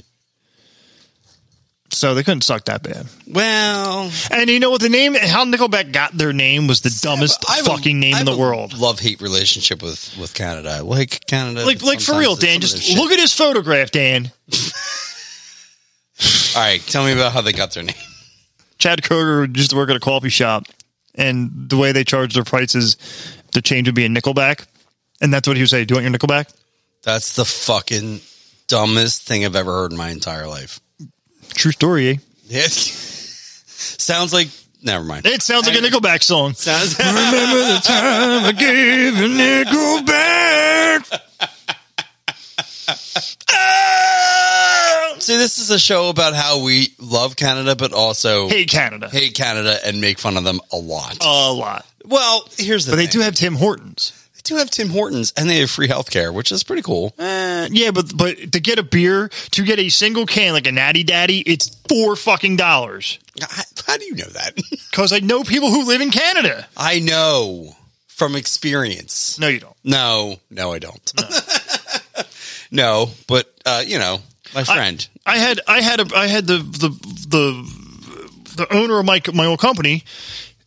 [SPEAKER 1] so they couldn't suck that bad.
[SPEAKER 3] Well,
[SPEAKER 1] And you know what the name how Nickelback got their name was the dumbest
[SPEAKER 3] I have a-
[SPEAKER 1] fucking name
[SPEAKER 3] I
[SPEAKER 1] in the
[SPEAKER 3] have a
[SPEAKER 1] world.
[SPEAKER 3] Love-hate relationship with with Canada. I like Canada.
[SPEAKER 1] Like like for real, Dan. Just look at his photograph, Dan.
[SPEAKER 3] All right, tell me about how they got their name.
[SPEAKER 1] Chad Kroger used to work at a coffee shop, and the way they charge their prices, the change would be a Nickelback, and that's what he would say. Do you want your Nickelback?
[SPEAKER 3] That's the fucking dumbest thing I've ever heard in my entire life. (laughs)
[SPEAKER 1] True story. Eh?
[SPEAKER 3] Yeah. Sounds like never mind.
[SPEAKER 1] It sounds like a Nickelback song.
[SPEAKER 3] (laughs) Sounds
[SPEAKER 1] Remember the time I gave a nickel back.
[SPEAKER 3] See, this is a show about how we love Canada, but also
[SPEAKER 1] Hey, Canada.
[SPEAKER 3] hate Canada and make fun of them a lot.
[SPEAKER 1] A lot.
[SPEAKER 3] well, here's the
[SPEAKER 1] But they
[SPEAKER 3] thing.
[SPEAKER 1] do have Tim Hortons.
[SPEAKER 3] they do have Tim Hortons and they have free healthcare, which is pretty cool.
[SPEAKER 1] Uh, yeah, but but to get a beer, to get a single can like a Natty Daddy, it's four fucking dollars.
[SPEAKER 3] How, how do you know that? (laughs)
[SPEAKER 1] Because I know people who live in Canada.
[SPEAKER 3] I know from experience.
[SPEAKER 1] No, you don't.
[SPEAKER 3] No, no, I don't. (laughs) No, but uh, you know, my friend.
[SPEAKER 1] I had I had a I had the the the the owner of my my old company.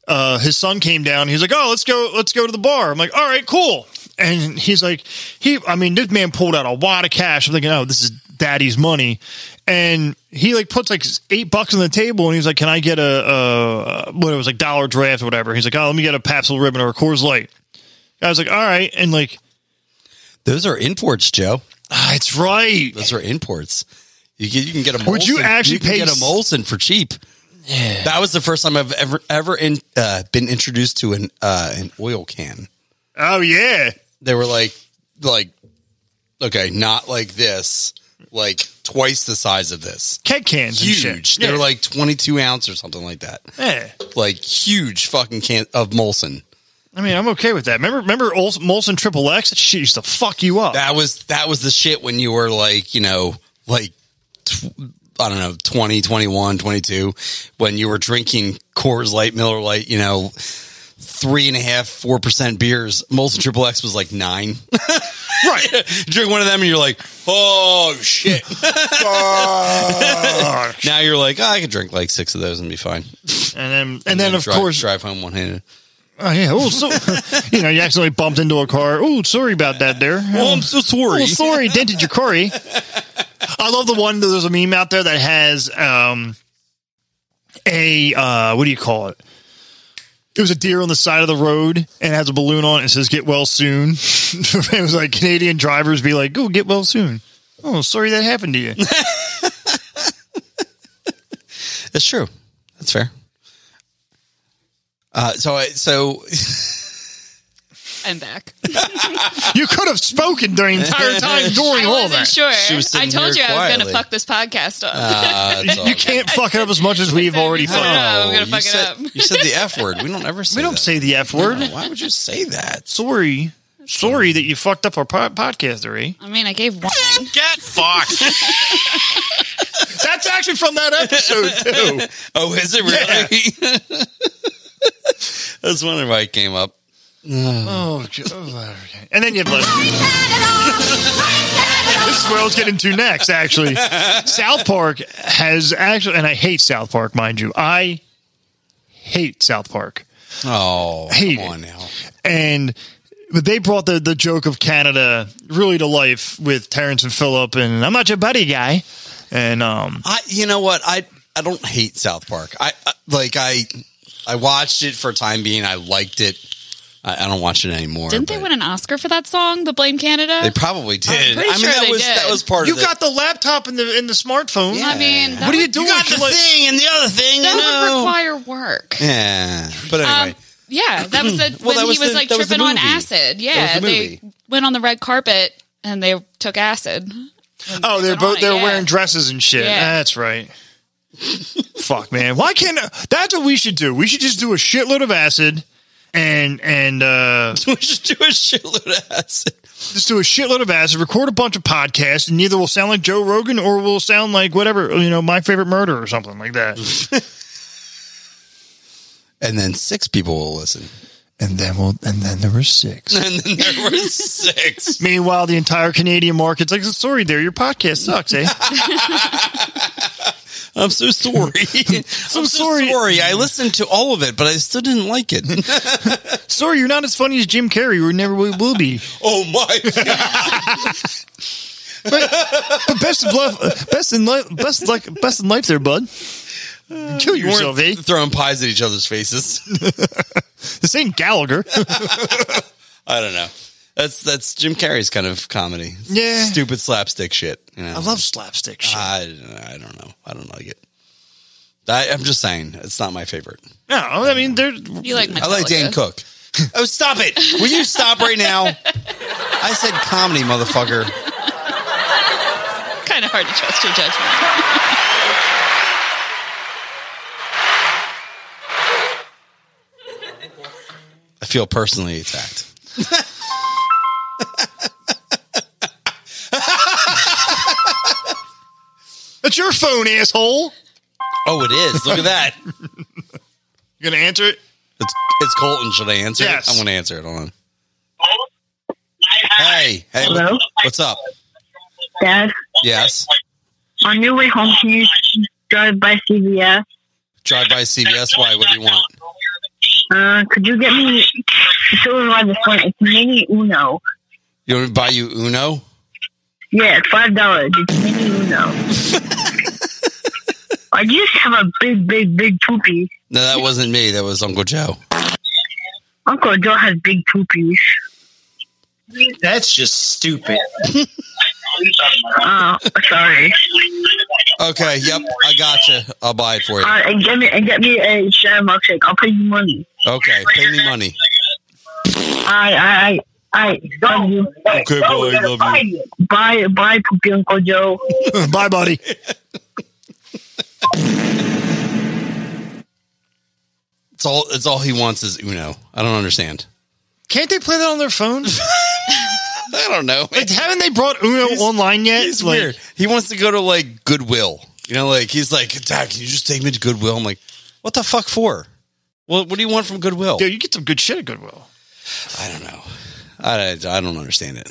[SPEAKER 1] Uh, his son came down. He's like, "Oh, let's go, let's go to the bar." I'm like, "All right, cool." And he's like, "He, I mean, this man pulled out a wad of cash." I'm thinking, "Oh, this is daddy's money," and he like puts like eight bucks on the table, and he's like, "Can I get a, a what it was like dollar draft or whatever?" He's like, "Oh, let me get a Pabst Ribbon or a Coors Light." I was like, "All right," and like,
[SPEAKER 3] those are imports, Joe.
[SPEAKER 1] ah, "It's right."
[SPEAKER 3] Those are imports. You can, you can get a Molson,
[SPEAKER 1] Would you actually
[SPEAKER 3] can
[SPEAKER 1] pay
[SPEAKER 3] get a
[SPEAKER 1] s-
[SPEAKER 3] Molson for cheap? That was the first time I've ever ever in, uh, been introduced to an uh, an oil can.
[SPEAKER 1] Oh yeah.
[SPEAKER 3] They were like like okay, not like this, like twice the size of this.
[SPEAKER 1] Keg cans, and shit.
[SPEAKER 3] Huge. They were
[SPEAKER 1] Yeah.
[SPEAKER 3] like twenty two ounce or something like that.
[SPEAKER 1] yeah.
[SPEAKER 3] Like huge fucking can of Molson.
[SPEAKER 1] I mean, I'm okay with that. Remember, remember Ol- Molson Triple X? That shit used to fuck you up.
[SPEAKER 3] That was that was the shit when you were like, you know, like tw- I don't know, 20, 21, 22, when you were drinking Coors Light, Miller Light, you know, three and a half, four percent beers. Molson Triple X was like nine. (laughs)
[SPEAKER 1] right.
[SPEAKER 3] Drink one of them and you're like, oh
[SPEAKER 1] (laughs)
[SPEAKER 3] shit. now you're like, oh, I could drink like six of those and be fine.
[SPEAKER 1] And then, and, then, of
[SPEAKER 3] drive,
[SPEAKER 1] course,
[SPEAKER 3] drive home one handed.
[SPEAKER 1] oh yeah. Oh, so (laughs) you know, you accidentally bumped into a car. Oh, sorry about that,
[SPEAKER 3] (laughs)
[SPEAKER 1] there.
[SPEAKER 3] Oh, I'm so sorry.
[SPEAKER 1] Oh, sorry, dented your car. eh? I love the one. There's a meme out there that has um, a uh, what do you call it? It was a deer on the side of the road and it has a balloon on it and says "Get well soon." (laughs) it was like Canadian drivers be like, "Go get well soon." Oh, sorry that happened to you.
[SPEAKER 3] That's true. That's fair. Uh, so I so
[SPEAKER 9] I'm back.
[SPEAKER 1] You could have spoken during the entire
[SPEAKER 9] (laughs)
[SPEAKER 1] time during
[SPEAKER 9] I
[SPEAKER 1] all
[SPEAKER 9] wasn't
[SPEAKER 1] that.
[SPEAKER 9] sure. I told you I was going to fuck this podcast up.
[SPEAKER 1] Uh,
[SPEAKER 3] Ah, it's
[SPEAKER 1] (laughs) You- you can't fuck it up as much as we've already fucked
[SPEAKER 9] up. I'm
[SPEAKER 3] you
[SPEAKER 9] gonna fuck it
[SPEAKER 3] said,
[SPEAKER 9] up.
[SPEAKER 3] You said the F word. We don't ever say
[SPEAKER 1] We don't say the F word.
[SPEAKER 3] why would you say that?
[SPEAKER 1] Sorry. Sorry that you fucked up our po- podcaster, (laughs) eh?
[SPEAKER 9] I mean, I gave one.
[SPEAKER 1] Get fucked. That's actually from that episode, too.
[SPEAKER 3] oh, is it really? That's wondering why it came up.
[SPEAKER 1] Oh, j- oh, okay. and then you have this is where I was getting to next. (laughs) Actually, South Park has actually, and I hate South Park, mind you. I hate South Park.
[SPEAKER 3] Oh,
[SPEAKER 1] Hate
[SPEAKER 3] come on
[SPEAKER 1] it.
[SPEAKER 3] now.
[SPEAKER 1] and but they brought the the joke of Canada really to life with Terrence and Phillip, and I'm not your buddy guy, and um,
[SPEAKER 3] I, you know what? I, I don't hate South Park. I, I like I, I watched it for a time being. I liked it. I, I don't watch it anymore.
[SPEAKER 9] Didn't they
[SPEAKER 3] but-
[SPEAKER 9] win an Oscar for that song, The Blame Canada?
[SPEAKER 3] They probably did.
[SPEAKER 9] pretty
[SPEAKER 3] I mean,
[SPEAKER 9] sure
[SPEAKER 3] that
[SPEAKER 9] they
[SPEAKER 3] was
[SPEAKER 9] did.
[SPEAKER 3] that was part
[SPEAKER 1] you
[SPEAKER 3] of
[SPEAKER 1] got the laptop and the and the smartphone.
[SPEAKER 9] I mean, that
[SPEAKER 1] what are you
[SPEAKER 9] would-
[SPEAKER 1] doing?
[SPEAKER 3] got the
[SPEAKER 1] You're like-
[SPEAKER 3] thing and the other thing.
[SPEAKER 9] That
[SPEAKER 3] you know?
[SPEAKER 9] would require work.
[SPEAKER 3] Yeah, but anyway,
[SPEAKER 9] Um, yeah, that
[SPEAKER 3] (clears throat)
[SPEAKER 9] was the,
[SPEAKER 3] Well,
[SPEAKER 9] when
[SPEAKER 3] that was
[SPEAKER 9] he was
[SPEAKER 3] the-
[SPEAKER 9] like
[SPEAKER 3] that was the
[SPEAKER 9] tripping on
[SPEAKER 3] movie.
[SPEAKER 9] acid. Yeah,
[SPEAKER 3] That was the
[SPEAKER 9] they went on the red carpet and they took acid.
[SPEAKER 1] Oh, they're
[SPEAKER 9] put on
[SPEAKER 1] both
[SPEAKER 9] it,
[SPEAKER 1] they're
[SPEAKER 9] yeah.
[SPEAKER 1] wearing dresses and shit.
[SPEAKER 9] Yeah.
[SPEAKER 1] That's right. Fuck man, why can't that's what we should do? We should just do a shitload of acid and and uh
[SPEAKER 3] we should do a shitload of acid.
[SPEAKER 1] just do a shitload of acid, record a bunch of podcasts, and either we'll sound like Joe Rogan or we'll sound like whatever you know, my favorite murder or something like that. (laughs)
[SPEAKER 3] and then six people will listen.
[SPEAKER 1] and then we'll and then there were six.
[SPEAKER 3] (laughs) And then there were six.
[SPEAKER 1] (laughs) Meanwhile, the entire Canadian market's like, sorry, there, your podcast sucks, (laughs) eh?
[SPEAKER 3] I'm so sorry.
[SPEAKER 1] (laughs)
[SPEAKER 3] (laughs) I'm so sorry. I listened to all of it, but I still didn't
[SPEAKER 1] (laughs)
[SPEAKER 3] like it. (laughs)
[SPEAKER 1] sorry, you're not as funny as Jim Carrey, or never will will be.
[SPEAKER 3] oh my!
[SPEAKER 1] (laughs) But best of luck, best in life, best luck, best in life, there, bud. Kill
[SPEAKER 3] You weren't
[SPEAKER 1] yourself, eh?
[SPEAKER 3] throwing pies at each other's faces. (laughs)
[SPEAKER 1] This ain't Gallagher.
[SPEAKER 3] I don't know. That's that's Jim Carrey's kind of comedy.
[SPEAKER 1] Yeah.
[SPEAKER 3] stupid slapstick shit. You know?
[SPEAKER 1] I love slapstick shit.
[SPEAKER 3] I I don't know. I don't like it. I, I'm just saying, it's not my favorite.
[SPEAKER 1] (laughs) no, I mean, they're
[SPEAKER 9] You like Metallica.
[SPEAKER 3] I like Dan Cook. (laughs) oh, stop it! Will you stop right now? I said comedy, motherfucker.
[SPEAKER 9] Kind of hard to trust your judgment.
[SPEAKER 3] I feel personally attacked.
[SPEAKER 1] that's your phone, asshole.
[SPEAKER 3] Oh, it is. Look at that.
[SPEAKER 1] You gonna answer it?
[SPEAKER 3] It's it's Colton. Should I answer?
[SPEAKER 1] Yes.
[SPEAKER 3] It? I'm going to answer it. Hold on. Hey, hey, what-
[SPEAKER 12] Hello?
[SPEAKER 3] what's up?
[SPEAKER 12] Dad,
[SPEAKER 3] Yes,
[SPEAKER 12] on your way home, can you drive by CVS?
[SPEAKER 3] drive by CVS. Why? What do you want?
[SPEAKER 12] Uh, could you get me silver by the phone? It's mini Uno.
[SPEAKER 3] You want me to buy you Uno?
[SPEAKER 12] Yeah, five dollars. It's mini Uno. I just have a big, big, big poopy.
[SPEAKER 3] No, that wasn't me. That was Uncle Joe.
[SPEAKER 12] Uncle Joe has big poopies.
[SPEAKER 8] That's just stupid.
[SPEAKER 12] Oh, sorry.
[SPEAKER 3] Okay. Yep. I gotcha. I'll buy it for you.
[SPEAKER 12] Uh, and get me and get me a share milkshake. I'll pay you money.
[SPEAKER 3] Okay. Pay me money.
[SPEAKER 12] I, I, I, I love you.
[SPEAKER 3] Okay, boy, love
[SPEAKER 12] you. Bye, bye, poopy Uncle Joe.
[SPEAKER 1] (laughs) Bye, buddy.
[SPEAKER 3] It's all. It's all he wants is Uno. I don't understand.
[SPEAKER 1] Can't they play that on their (laughs) phone?
[SPEAKER 3] I don't know.
[SPEAKER 1] like, haven't they brought Uno online yet?
[SPEAKER 3] It's
[SPEAKER 1] Like,
[SPEAKER 3] weird. He wants to go to like Goodwill. You know, like he's like, Dad, can you just take me to Goodwill? I'm like, what the fuck for? What What do you want from Goodwill?
[SPEAKER 1] Dude, you get some good shit at Goodwill.
[SPEAKER 3] I don't know. I, I don't understand it.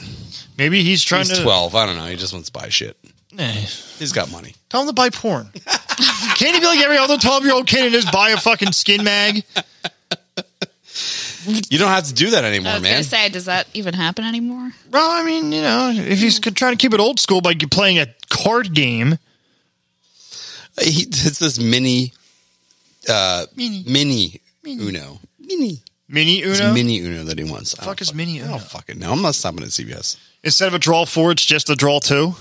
[SPEAKER 1] Maybe he's trying
[SPEAKER 3] He's
[SPEAKER 1] to.
[SPEAKER 3] twelve. I don't know. He just wants to buy shit.
[SPEAKER 1] Eh,
[SPEAKER 3] He's got money.
[SPEAKER 1] tell him to buy porn. (laughs) Can't he be like every other 12 year old kid and just buy a fucking skin mag?
[SPEAKER 3] You don't have to do that
[SPEAKER 9] I
[SPEAKER 3] anymore,
[SPEAKER 9] was going
[SPEAKER 3] man.
[SPEAKER 9] to say, does that even happen anymore?
[SPEAKER 1] Well, I mean, you know, if he's trying to keep it old school by playing a card game,
[SPEAKER 3] He, it's this mini, uh,
[SPEAKER 1] Mini.
[SPEAKER 3] mini, Uno. Mini.
[SPEAKER 1] mini
[SPEAKER 3] It's
[SPEAKER 1] Uno.
[SPEAKER 3] mini Uno that he wants. I
[SPEAKER 1] Fuck
[SPEAKER 3] don't
[SPEAKER 1] is mini Uno.
[SPEAKER 3] fuck- fucking know. I'm not stopping at CVS.
[SPEAKER 1] Instead of a draw four, it's just a draw two.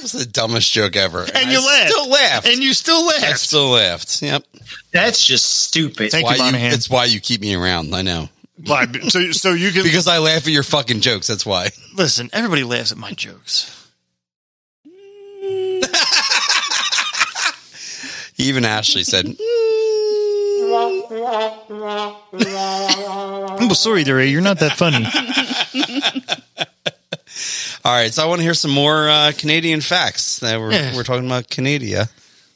[SPEAKER 3] was the dumbest joke ever. And,
[SPEAKER 1] you
[SPEAKER 3] I
[SPEAKER 1] laughed.
[SPEAKER 3] Still laughed.
[SPEAKER 1] And you still laughed.
[SPEAKER 3] I still laughed. Yep.
[SPEAKER 8] That's just stupid.
[SPEAKER 1] Thank you,
[SPEAKER 3] why
[SPEAKER 1] Monahan.
[SPEAKER 3] It's why you keep me around. I know. (laughs)
[SPEAKER 1] Why? So, so you can
[SPEAKER 3] because I laugh at your fucking jokes. That's why. (laughs)
[SPEAKER 1] Listen, everybody laughs at my jokes.
[SPEAKER 3] Even Ashley said,
[SPEAKER 1] I'm sorry, Derry. You're not that (laughs) funny.
[SPEAKER 3] "All right, so I want to hear some more uh, Canadian facts. That we're
[SPEAKER 9] Yeah.
[SPEAKER 3] we're talking about Canada,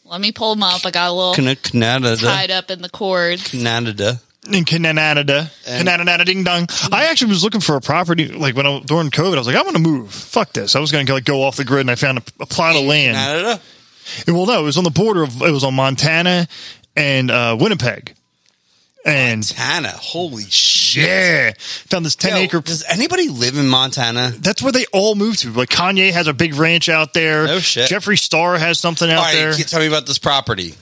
[SPEAKER 9] Let me pull them up. I got a little
[SPEAKER 3] Cana-
[SPEAKER 9] tied
[SPEAKER 3] Canada,
[SPEAKER 9] up in the cords.
[SPEAKER 3] Canada."
[SPEAKER 1] In Canada, Canada, ding dong. I actually was looking for a property like when I during COVID. I was like, I'm going to move. Fuck this. I was going to like go off the grid, and I found a, a plot of land.
[SPEAKER 3] Canada.
[SPEAKER 1] well, no, it was on the border of it was on Montana and uh, Winnipeg. And
[SPEAKER 3] Montana, holy shit!
[SPEAKER 1] Yeah, found this ten acre.
[SPEAKER 3] Does anybody live in Montana?
[SPEAKER 1] That's where they all move to. Like Kanye has a big ranch out there. Oh
[SPEAKER 3] shit.
[SPEAKER 1] Jeffree Star has something out
[SPEAKER 3] All right,
[SPEAKER 1] there.
[SPEAKER 3] can- tell me about this property.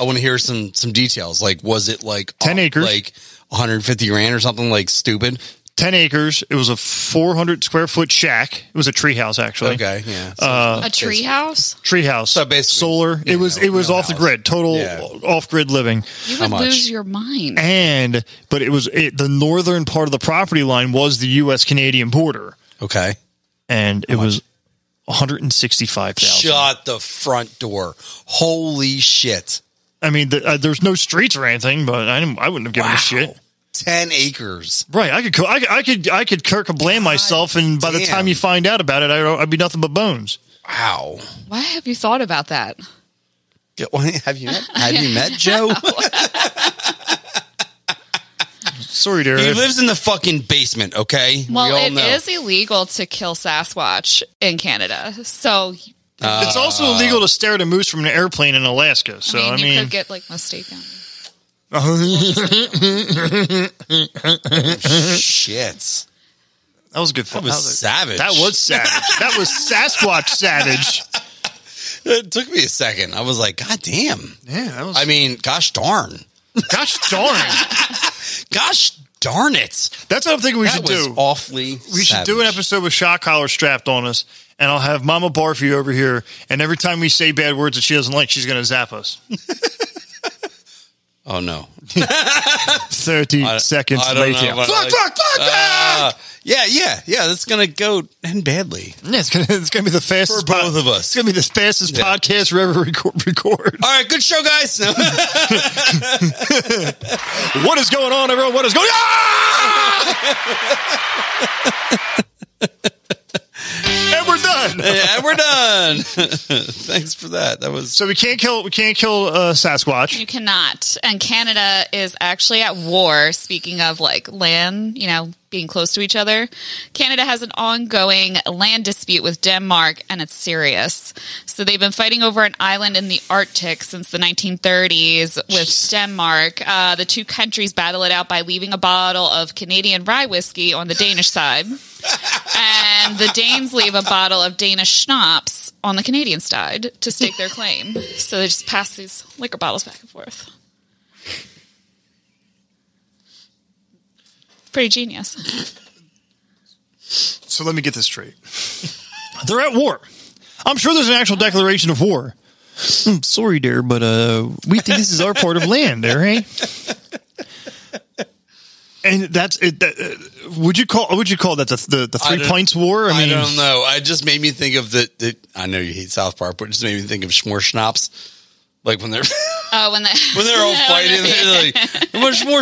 [SPEAKER 3] I want to hear some some details. Like, was it like uh,
[SPEAKER 1] Ten acres.
[SPEAKER 3] like 150 grand or something like stupid?
[SPEAKER 1] 10 acres. It was a 400 square foot shack. It was a tree house, actually.
[SPEAKER 3] Okay, yeah.
[SPEAKER 1] Uh,
[SPEAKER 9] a tree house?
[SPEAKER 1] Tree house. So
[SPEAKER 3] basically,
[SPEAKER 1] solar. It was it was off the grid, total
[SPEAKER 9] Yeah.
[SPEAKER 1] off grid living.
[SPEAKER 9] You would lose your mind.
[SPEAKER 1] And but it was it, the northern part of the property line was the U.S. Canadian border.
[SPEAKER 3] Okay,
[SPEAKER 1] and it was one hundred and sixty five thousand.
[SPEAKER 3] Oh Shut the front door! Holy shit!
[SPEAKER 1] I mean, the, uh, there's no streets or anything, but I didn't, I wouldn't have given a shit.
[SPEAKER 3] Ten acres.
[SPEAKER 1] Right, I could, co- I could, I could, I could Kirk blame myself, and by the
[SPEAKER 9] damn.
[SPEAKER 1] time you find out about it, I, I'd be nothing but bones.
[SPEAKER 3] Wow.
[SPEAKER 9] Why have you thought about that?
[SPEAKER 3] Yeah, well, (laughs) Have you met, have you met (laughs) Joe?
[SPEAKER 1] Sorry, Derek.
[SPEAKER 3] He lives in the fucking basement. Okay,
[SPEAKER 9] Well, it is illegal to kill Sasquatch in Canada. So
[SPEAKER 1] it's also illegal to stare at a moose from an airplane in Alaska. So
[SPEAKER 9] I mean,
[SPEAKER 1] I
[SPEAKER 9] you
[SPEAKER 1] mean,
[SPEAKER 9] could get like mistaken.
[SPEAKER 3] Shit.
[SPEAKER 1] That was a good.
[SPEAKER 3] That was savage.
[SPEAKER 1] That was savage. that was Sasquatch savage.
[SPEAKER 3] It took me a second. I was like, God damn.
[SPEAKER 1] Yeah, that was.
[SPEAKER 3] I mean, gosh darn.
[SPEAKER 1] Gosh darn.
[SPEAKER 3] gosh darn it.
[SPEAKER 1] That's what I'm thinking we
[SPEAKER 3] That
[SPEAKER 1] should
[SPEAKER 3] was
[SPEAKER 1] do.
[SPEAKER 3] Awfully.
[SPEAKER 1] We should do an episode with shock collar strapped on us, and I'll have Mama Barfy over here, and every time we say bad words that she doesn't like, she's going to zap us.
[SPEAKER 3] Oh
[SPEAKER 1] (laughs)
[SPEAKER 3] no.
[SPEAKER 1] Thirty seconds
[SPEAKER 3] I don't know
[SPEAKER 1] later.
[SPEAKER 3] about-
[SPEAKER 1] Fuck,
[SPEAKER 3] like-
[SPEAKER 1] fuck. ah!
[SPEAKER 3] Uh, yeah, yeah, yeah. That's gonna go end badly.
[SPEAKER 1] Yeah, it's gonna it's gonna be the fastest
[SPEAKER 3] for both of us.
[SPEAKER 1] It's going to be the fastest podcast we're ever record. record.
[SPEAKER 3] All right, good show, guys. (laughs) No.
[SPEAKER 1] (laughs) What is going on, everyone? What is Ah! going? (laughs) and we're done.
[SPEAKER 3] Yeah, and we're done. (laughs) Thanks for that. That was
[SPEAKER 1] So we can't kill we can't kill uh, Sasquatch.
[SPEAKER 9] You cannot. And Canada is actually at war. Speaking of like land, you know, being close to each other, Canada has an ongoing land dispute with Denmark and it's serious. So they've been fighting over an island in the Arctic since the 1930s with Denmark. Uh, the two countries battle it out by leaving a bottle of Canadian rye whiskey on the Danish side. and the Danes leave a bottle of Danish schnapps on the Canadian side to stake their claim. So they just pass these liquor bottles back and forth. Pretty genius.
[SPEAKER 1] So let me get this straight. They're at war. I'm sure there's an actual declaration of war. Mm, sorry, dear, but uh, we think this is our part of land. There, eh? And that's it. That, uh, would you call? Would you call that the the, the
[SPEAKER 3] I
[SPEAKER 1] three
[SPEAKER 3] don't-
[SPEAKER 1] points war?
[SPEAKER 3] I,
[SPEAKER 1] I mean,
[SPEAKER 3] don't know. I just made me think of the, the. I know you hate South Park, but it just made me think of Schmore Schnapps, like when they're (laughs)
[SPEAKER 9] Oh, (laughs) when they
[SPEAKER 3] when they're all fighting, they're like much more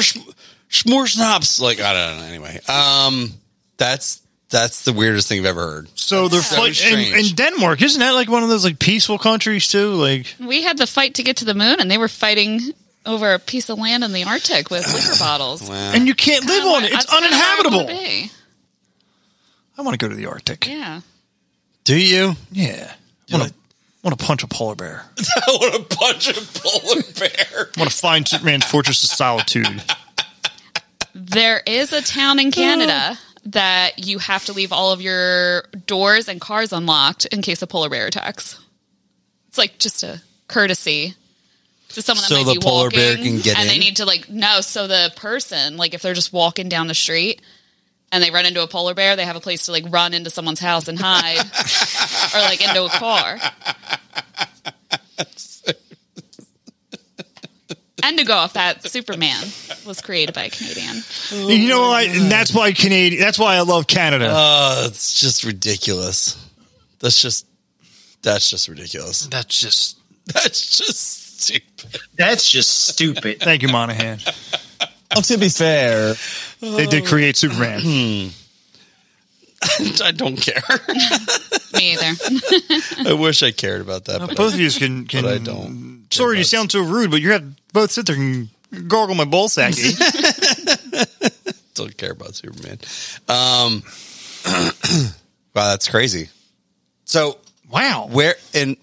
[SPEAKER 3] Schmore Schnapps. Like I don't know. Anyway, um, that's that's the weirdest thing I've ever heard.
[SPEAKER 1] so they're
[SPEAKER 3] So
[SPEAKER 1] fight-
[SPEAKER 3] strange.
[SPEAKER 1] and, and Denmark isn't that like one of those like peaceful countries too? Like
[SPEAKER 9] we had the fight to get to the moon, and they were fighting over a piece of land in the Arctic with liquor bottles.
[SPEAKER 1] And you can't live on it. It's
[SPEAKER 9] That's kinda where I wanna
[SPEAKER 1] uninhabitable.
[SPEAKER 9] be.
[SPEAKER 1] I want to go to the Arctic.
[SPEAKER 9] Yeah.
[SPEAKER 3] Do you?
[SPEAKER 1] Yeah. I want to want to punch a polar (laughs) bear.
[SPEAKER 3] I want to punch a (laughs) polar bear.
[SPEAKER 1] I want to find Superman's Fortress of Solitude.
[SPEAKER 9] There is a town in Canada that you have to leave all of your doors and cars unlocked in case a polar bear attacks. It's like just a courtesy to someone that
[SPEAKER 3] So
[SPEAKER 9] might
[SPEAKER 3] the
[SPEAKER 9] be
[SPEAKER 3] polar
[SPEAKER 9] walking
[SPEAKER 3] bear can get
[SPEAKER 9] and they
[SPEAKER 3] in?
[SPEAKER 9] need to like no, so the person like if they're just walking down the street and they run into a polar bear, they have a place to like run into someone's house and
[SPEAKER 3] (laughs)
[SPEAKER 9] hide, or like into a car. and to go off that Superman was created by a Canadian.
[SPEAKER 1] (laughs) you know what? And that's why Canadian. That's why I love Canada.
[SPEAKER 3] Oh, it's just ridiculous. That's just that's just ridiculous.
[SPEAKER 1] That's just
[SPEAKER 3] that's just stupid.
[SPEAKER 8] That's just stupid.
[SPEAKER 6] (laughs)
[SPEAKER 1] Thank you, Monahan.
[SPEAKER 13] Well, to be fair,
[SPEAKER 1] they did create Superman.
[SPEAKER 3] (laughs)
[SPEAKER 1] (laughs)
[SPEAKER 3] I don't care.
[SPEAKER 9] Me either. (laughs)
[SPEAKER 3] I wish I cared about that.
[SPEAKER 1] No,
[SPEAKER 3] but
[SPEAKER 1] both
[SPEAKER 3] I,
[SPEAKER 1] of you can. can
[SPEAKER 3] but I don't.
[SPEAKER 1] Sorry, you sound so rude, but you have both sit there and gargle my ball sack. eh?
[SPEAKER 3] Don't care about Superman. Um, (clears throat) wow, that's crazy. So
[SPEAKER 1] (laughs) wow,
[SPEAKER 3] where in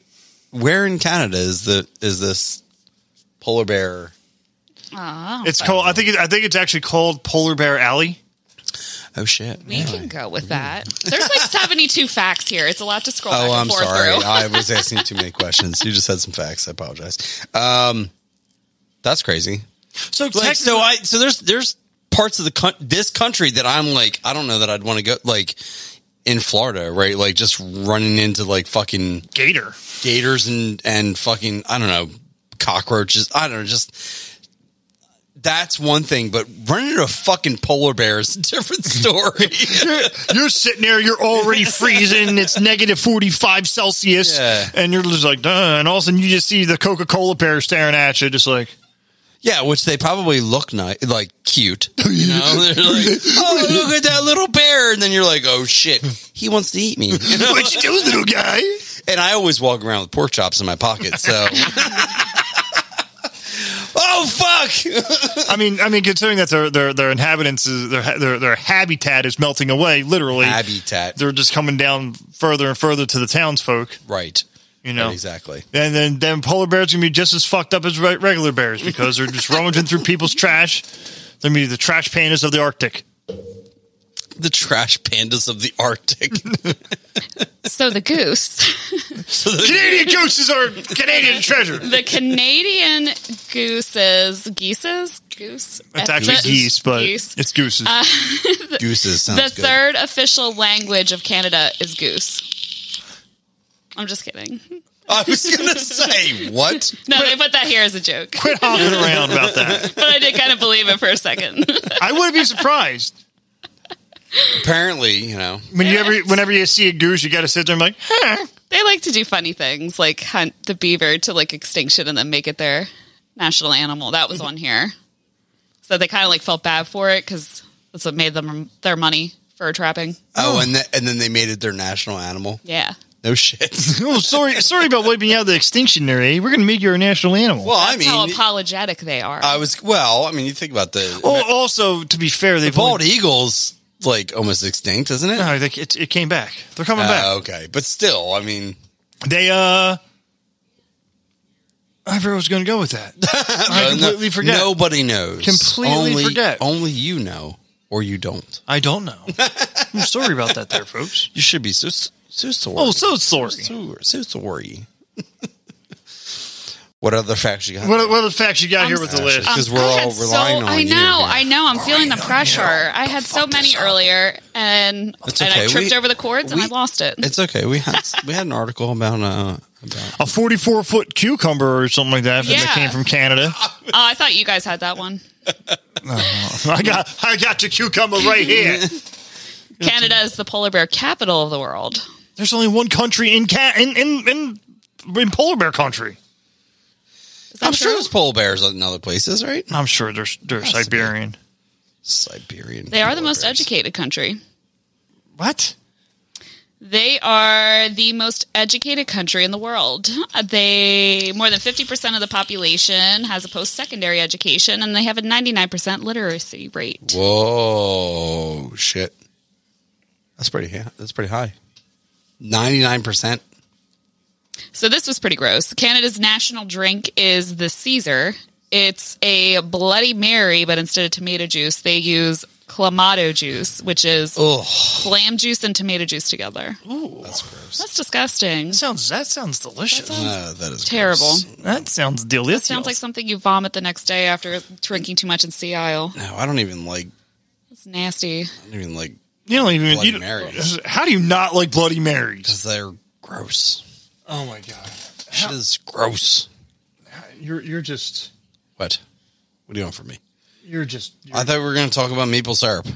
[SPEAKER 3] where in Canada is the is this polar bear?
[SPEAKER 9] Oh,
[SPEAKER 1] it's called. I think. It, I think it's actually called Polar Bear Alley.
[SPEAKER 3] Oh shit!
[SPEAKER 9] We can go with that. There's like 72 facts here. It's a lot to scroll back
[SPEAKER 3] Oh,
[SPEAKER 9] and
[SPEAKER 3] I'm
[SPEAKER 9] forth
[SPEAKER 3] sorry. (laughs)
[SPEAKER 9] through.
[SPEAKER 3] I was asking too many questions. You just had some facts. I apologize. Um, that's crazy.
[SPEAKER 1] So
[SPEAKER 3] like, so I so there's there's parts of the coun- this country that I'm like I don't know that I'd want to go like in Florida, right? Like just running into like fucking
[SPEAKER 1] gator,
[SPEAKER 3] gators and and fucking I don't know cockroaches. I don't know just. That's one thing, but running into a fucking polar bear is a different story.
[SPEAKER 9] (laughs)
[SPEAKER 1] you're sitting there, you're already freezing. It's negative 45 Celsius. And you're just like, duh. And all of a sudden, you just see the Coca Cola bear staring at you, just like,
[SPEAKER 3] Yeah, which they probably look nice, like cute. You know, (laughs) they're like, "Oh, look at that little bear," and then you're like, "Oh shit, he wants to eat me." (laughs) You know?
[SPEAKER 1] What you doing, little guy?
[SPEAKER 3] And I always walk around with pork chops in my pocket, so oh fuck.
[SPEAKER 1] I mean, I mean, considering that their their their inhabitants is their ha- their their habitat is melting away, literally
[SPEAKER 3] habitat.
[SPEAKER 1] They're just coming down further and further to the townsfolk,
[SPEAKER 3] right?
[SPEAKER 1] You know
[SPEAKER 3] exactly.
[SPEAKER 1] And then then polar bears gonna be just as fucked up as re- regular bears because they're just rummaging through people's trash. They're gonna be the trash pandas of the Arctic.
[SPEAKER 3] The trash pandas of the Arctic. (laughs)
[SPEAKER 9] So the goose.
[SPEAKER 3] so the
[SPEAKER 1] Canadian gooses are Canadian treasure.
[SPEAKER 9] The Canadian gooses, geeses, goose.
[SPEAKER 1] It's actually geese, but
[SPEAKER 9] Geese.
[SPEAKER 1] it's gooses.
[SPEAKER 9] Uh,
[SPEAKER 3] Gooses
[SPEAKER 9] the third official language of Canada is goose. I'm just kidding. (laughs)
[SPEAKER 3] I was gonna say what?
[SPEAKER 9] No, they put that here as a joke.
[SPEAKER 1] Quit hopping around about that.
[SPEAKER 9] But I did kind of believe it for a second.
[SPEAKER 1] I wouldn't be surprised
[SPEAKER 3] Apparently, you know.
[SPEAKER 1] when you ever whenever you see a goose, you got to sit there and be like,
[SPEAKER 9] They like to do funny things like hunt the beaver to like extinction and then make it their national animal. That was on here. So they kind of like felt bad for it because that's what made them their money for trapping.
[SPEAKER 3] Oh, and the, and then they made it their national animal.
[SPEAKER 9] Yeah.
[SPEAKER 3] No shit.
[SPEAKER 1] oh, sorry, sorry about wiping out the extinction there. Eh? We're gonna make you a national animal.
[SPEAKER 3] Well, I
[SPEAKER 9] That's how
[SPEAKER 3] mean,
[SPEAKER 9] apologetic they are.
[SPEAKER 3] I was well. I mean, you think about the
[SPEAKER 1] Well, also to be fair, they
[SPEAKER 3] the bald eagles like almost extinct, isn't it?
[SPEAKER 1] No, I think it, it came back. They're coming
[SPEAKER 3] Uh,
[SPEAKER 1] back.
[SPEAKER 3] Okay, but still, I mean,
[SPEAKER 1] They uh, I forgot I was going to go with (laughs) that. I
[SPEAKER 3] no-
[SPEAKER 1] completely forget.
[SPEAKER 3] Nobody knows.
[SPEAKER 1] Completely
[SPEAKER 3] only,
[SPEAKER 1] forget.
[SPEAKER 3] Only you know, or you don't.
[SPEAKER 1] I don't (laughs) know. I'm sorry about that, there, folks.
[SPEAKER 3] You should be so so sorry.
[SPEAKER 1] Oh, so sorry.
[SPEAKER 3] So, so sorry. (laughs) what other facts you got?
[SPEAKER 1] What what are the facts you got
[SPEAKER 3] I'm
[SPEAKER 1] here with the
[SPEAKER 3] sorry.
[SPEAKER 1] list?
[SPEAKER 3] 'Cause we're
[SPEAKER 9] I
[SPEAKER 3] all
[SPEAKER 9] had
[SPEAKER 3] relying
[SPEAKER 9] so,
[SPEAKER 3] on
[SPEAKER 9] I
[SPEAKER 3] you
[SPEAKER 9] know,
[SPEAKER 3] here.
[SPEAKER 9] I know. I'm feeling the pressure. I had so many earlier, and,
[SPEAKER 3] That's
[SPEAKER 9] and I
[SPEAKER 3] okay.
[SPEAKER 9] tripped
[SPEAKER 3] We-
[SPEAKER 9] over the cords and I lost it.
[SPEAKER 3] It's okay. We had we had an article about uh about
[SPEAKER 1] A 44 foot cucumber or something like that
[SPEAKER 9] Yeah.
[SPEAKER 1] that came from Canada. (laughs)
[SPEAKER 9] Oh, I thought you guys had that one.
[SPEAKER 1] I got I got your cucumber right
[SPEAKER 9] (laughs)
[SPEAKER 1] here.
[SPEAKER 9] Canada is the polar bear capital of the world.
[SPEAKER 1] There's only one country in cat in in in, in polar bear country.
[SPEAKER 3] I'm sure there's polar bears in other places, right?
[SPEAKER 1] I'm sure there's there's
[SPEAKER 3] Has to be.
[SPEAKER 1] Siberian.
[SPEAKER 3] Siberian.
[SPEAKER 9] They are the most educated country.
[SPEAKER 1] What?
[SPEAKER 9] They are the most educated country in the world. Uh, They more than 50% of the population has a post-secondary education and they have a 99% literacy rate.
[SPEAKER 3] Whoa, shit. That's pretty. Yeah, that's pretty high. Ninety nine percent.
[SPEAKER 9] So this was pretty gross. Canada's national drink is the Caesar. It's a Bloody Mary, but instead of tomato juice, they use clamato juice, which is lamb juice and tomato juice together.
[SPEAKER 1] Ooh,
[SPEAKER 3] that's gross.
[SPEAKER 9] That's disgusting.
[SPEAKER 1] sounds that sounds delicious.
[SPEAKER 3] that is
[SPEAKER 9] terrible.
[SPEAKER 1] That sounds
[SPEAKER 9] That
[SPEAKER 1] delicious.
[SPEAKER 9] sounds like something you vomit the next day after drinking too much in Sea Isle.
[SPEAKER 3] No, I don't even like
[SPEAKER 9] It's nasty.
[SPEAKER 3] I don't even like
[SPEAKER 1] You don't even.
[SPEAKER 3] Bloody
[SPEAKER 1] you don't-
[SPEAKER 3] Marys.
[SPEAKER 1] How do you not like Bloody Marys? Because
[SPEAKER 3] they're gross.
[SPEAKER 1] Oh my god,
[SPEAKER 3] Shit is gross.
[SPEAKER 1] You're you're just
[SPEAKER 3] What? What do you want from me?
[SPEAKER 1] you're just.
[SPEAKER 3] I thought we were going to talk about maple syrup.
[SPEAKER 1] Oh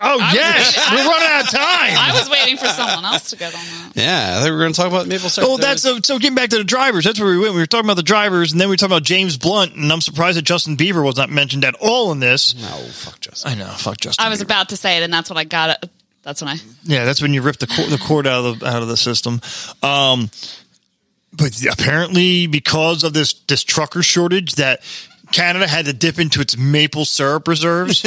[SPEAKER 9] I was
[SPEAKER 1] yes,
[SPEAKER 9] waiting-
[SPEAKER 1] we're running out of time.
[SPEAKER 9] I was waiting for someone else to get on that.
[SPEAKER 3] Yeah, I thought we were going to talk about maple syrup.
[SPEAKER 1] Oh, that's so. So getting back to the drivers, that's where we went. We were talking about the drivers, and then we were talking about James Blunt, and I'm surprised that Justin Bieber was not mentioned at all in this.
[SPEAKER 3] No, oh, fuck Justin.
[SPEAKER 1] I know, fuck Justin.
[SPEAKER 9] I was about to say it, and that's what I got. That's when I.
[SPEAKER 1] Yeah, that's when you rip the cord, the cord out of the out of the system. Um, but apparently, because of this this trucker shortage, that Canada had to dip into its maple syrup (laughs) reserves.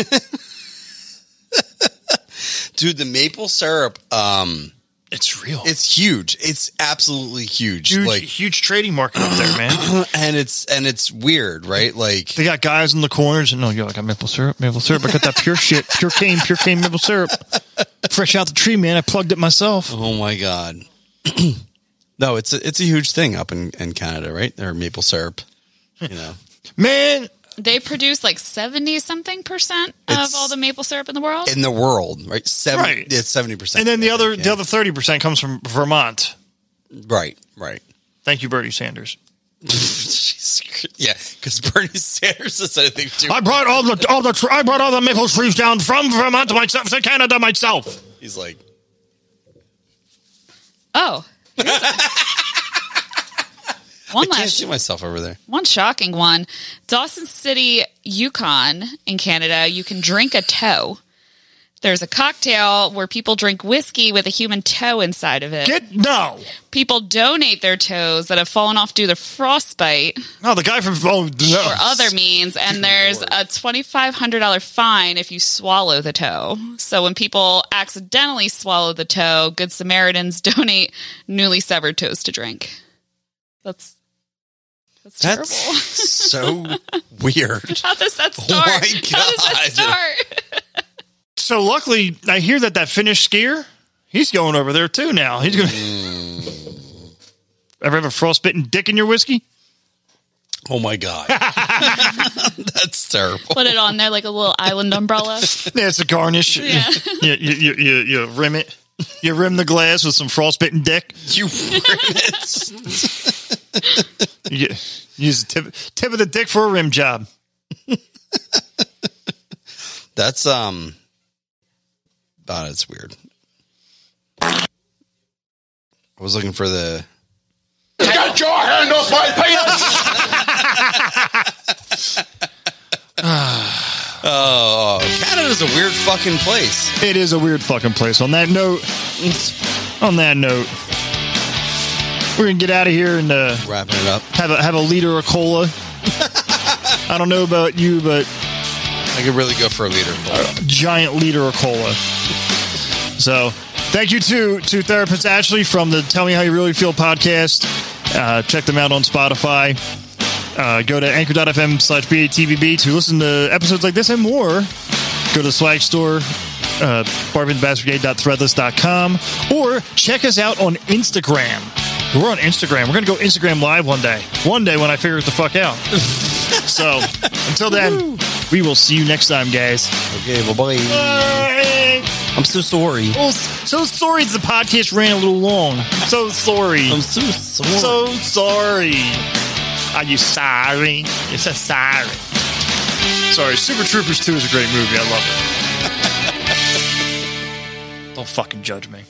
[SPEAKER 3] dude, the maple syrup. Um,
[SPEAKER 1] it's real.
[SPEAKER 3] It's huge. It's absolutely huge.
[SPEAKER 1] huge,
[SPEAKER 3] like,
[SPEAKER 1] huge trading market up there, man.
[SPEAKER 3] and it's and it's weird, right? Like,
[SPEAKER 1] (clears throat) They got guys in the corners, and oh, you I got maple syrup, maple syrup. I got that pure shit, pure cane, pure cane maple syrup, fresh out the tree, man. I plugged it myself.
[SPEAKER 3] oh my god. (clears throat) no, it's a, it's a huge thing up in, in Canada, right? Or maple syrup. You know,
[SPEAKER 1] man.
[SPEAKER 9] They produce like seventy something percent
[SPEAKER 3] It's-
[SPEAKER 9] of all the maple syrup in the world.
[SPEAKER 3] (laughs) in the world, right? Seven.
[SPEAKER 1] Right.
[SPEAKER 3] It's seventy percent.
[SPEAKER 1] And then the other the other thirty percent comes from Vermont.
[SPEAKER 3] Right. Right. (laughs)
[SPEAKER 1] Thank you, Bernie Sanders.
[SPEAKER 3] Yeah, because Bernie Sanders is anything too.
[SPEAKER 1] I brought all the all the tr- I brought all the maple trees down from Vermont to myself to Canada myself.
[SPEAKER 3] He's like,
[SPEAKER 9] Oh. One
[SPEAKER 3] I can't
[SPEAKER 9] last
[SPEAKER 3] see myself over there.
[SPEAKER 9] One shocking one. Dawson City, Yukon in Canada, you can drink a toe. There's a cocktail where people drink whiskey with a human toe inside of it.
[SPEAKER 1] Get no.
[SPEAKER 9] People donate their toes that have fallen off due to frostbite
[SPEAKER 1] No, the guy from oh no.
[SPEAKER 9] or other means, and there's a $2,500 fine if you swallow the toe. So when people accidentally swallow the toe, Good Samaritans (laughs) donate newly severed toes to drink. That's that's terrible. (laughs)
[SPEAKER 3] That's (laughs) so (laughs) weird.
[SPEAKER 9] How does that start? How does that start?
[SPEAKER 1] So luckily, I hear that that Finnish skier, he's going over there too now. He's going. (laughs) Ever have a frostbitten dick in your whiskey?
[SPEAKER 3] Oh my (laughs) god, that's terrible.
[SPEAKER 9] Put it on there like a little island umbrella.
[SPEAKER 1] Yeah, it's a garnish.
[SPEAKER 9] (laughs) Yeah.
[SPEAKER 1] you, you, you, you, you rim it. You rim the glass with some frostbitten dick.
[SPEAKER 3] You rim it.
[SPEAKER 1] You use the tip, tip of the dick for a rim job.
[SPEAKER 3] That's um, ah, that's weird. I was looking for the
[SPEAKER 2] Get your hand off my penis!
[SPEAKER 3] oh, Canada's a weird fucking place.
[SPEAKER 1] It is a weird fucking place. On that note, on that note, we're gonna get out of here and uh,
[SPEAKER 3] wrapping it up.
[SPEAKER 1] Have a have a liter of cola. (laughs) I don't know about you, but
[SPEAKER 3] I could really go for a leader.
[SPEAKER 1] giant liter of cola. So, thank you to to therapist Ashley from the Tell Me How You Really Feel podcast. Uh, check them out on Spotify. Uh, go to anchor.fm slash BATBB to listen to episodes like this and more. Go to the swag store, uh, barbenbassbrigade.threadless.com, or check us out on Instagram. We're on Instagram. We're going to go Instagram live one day. One day when I figure it the fuck out. so, until then, we will see you next time, guys.
[SPEAKER 3] Okay, bye
[SPEAKER 1] bye.
[SPEAKER 3] I'm so sorry.
[SPEAKER 1] Oh, so sorry the podcast ran a little long. So sorry. I'm
[SPEAKER 3] so sorry.
[SPEAKER 1] So sorry. Are you sorry? You're so sorry. Sorry, Super (laughs) Troopers 2 is a great movie. I love it. Don't fucking judge me.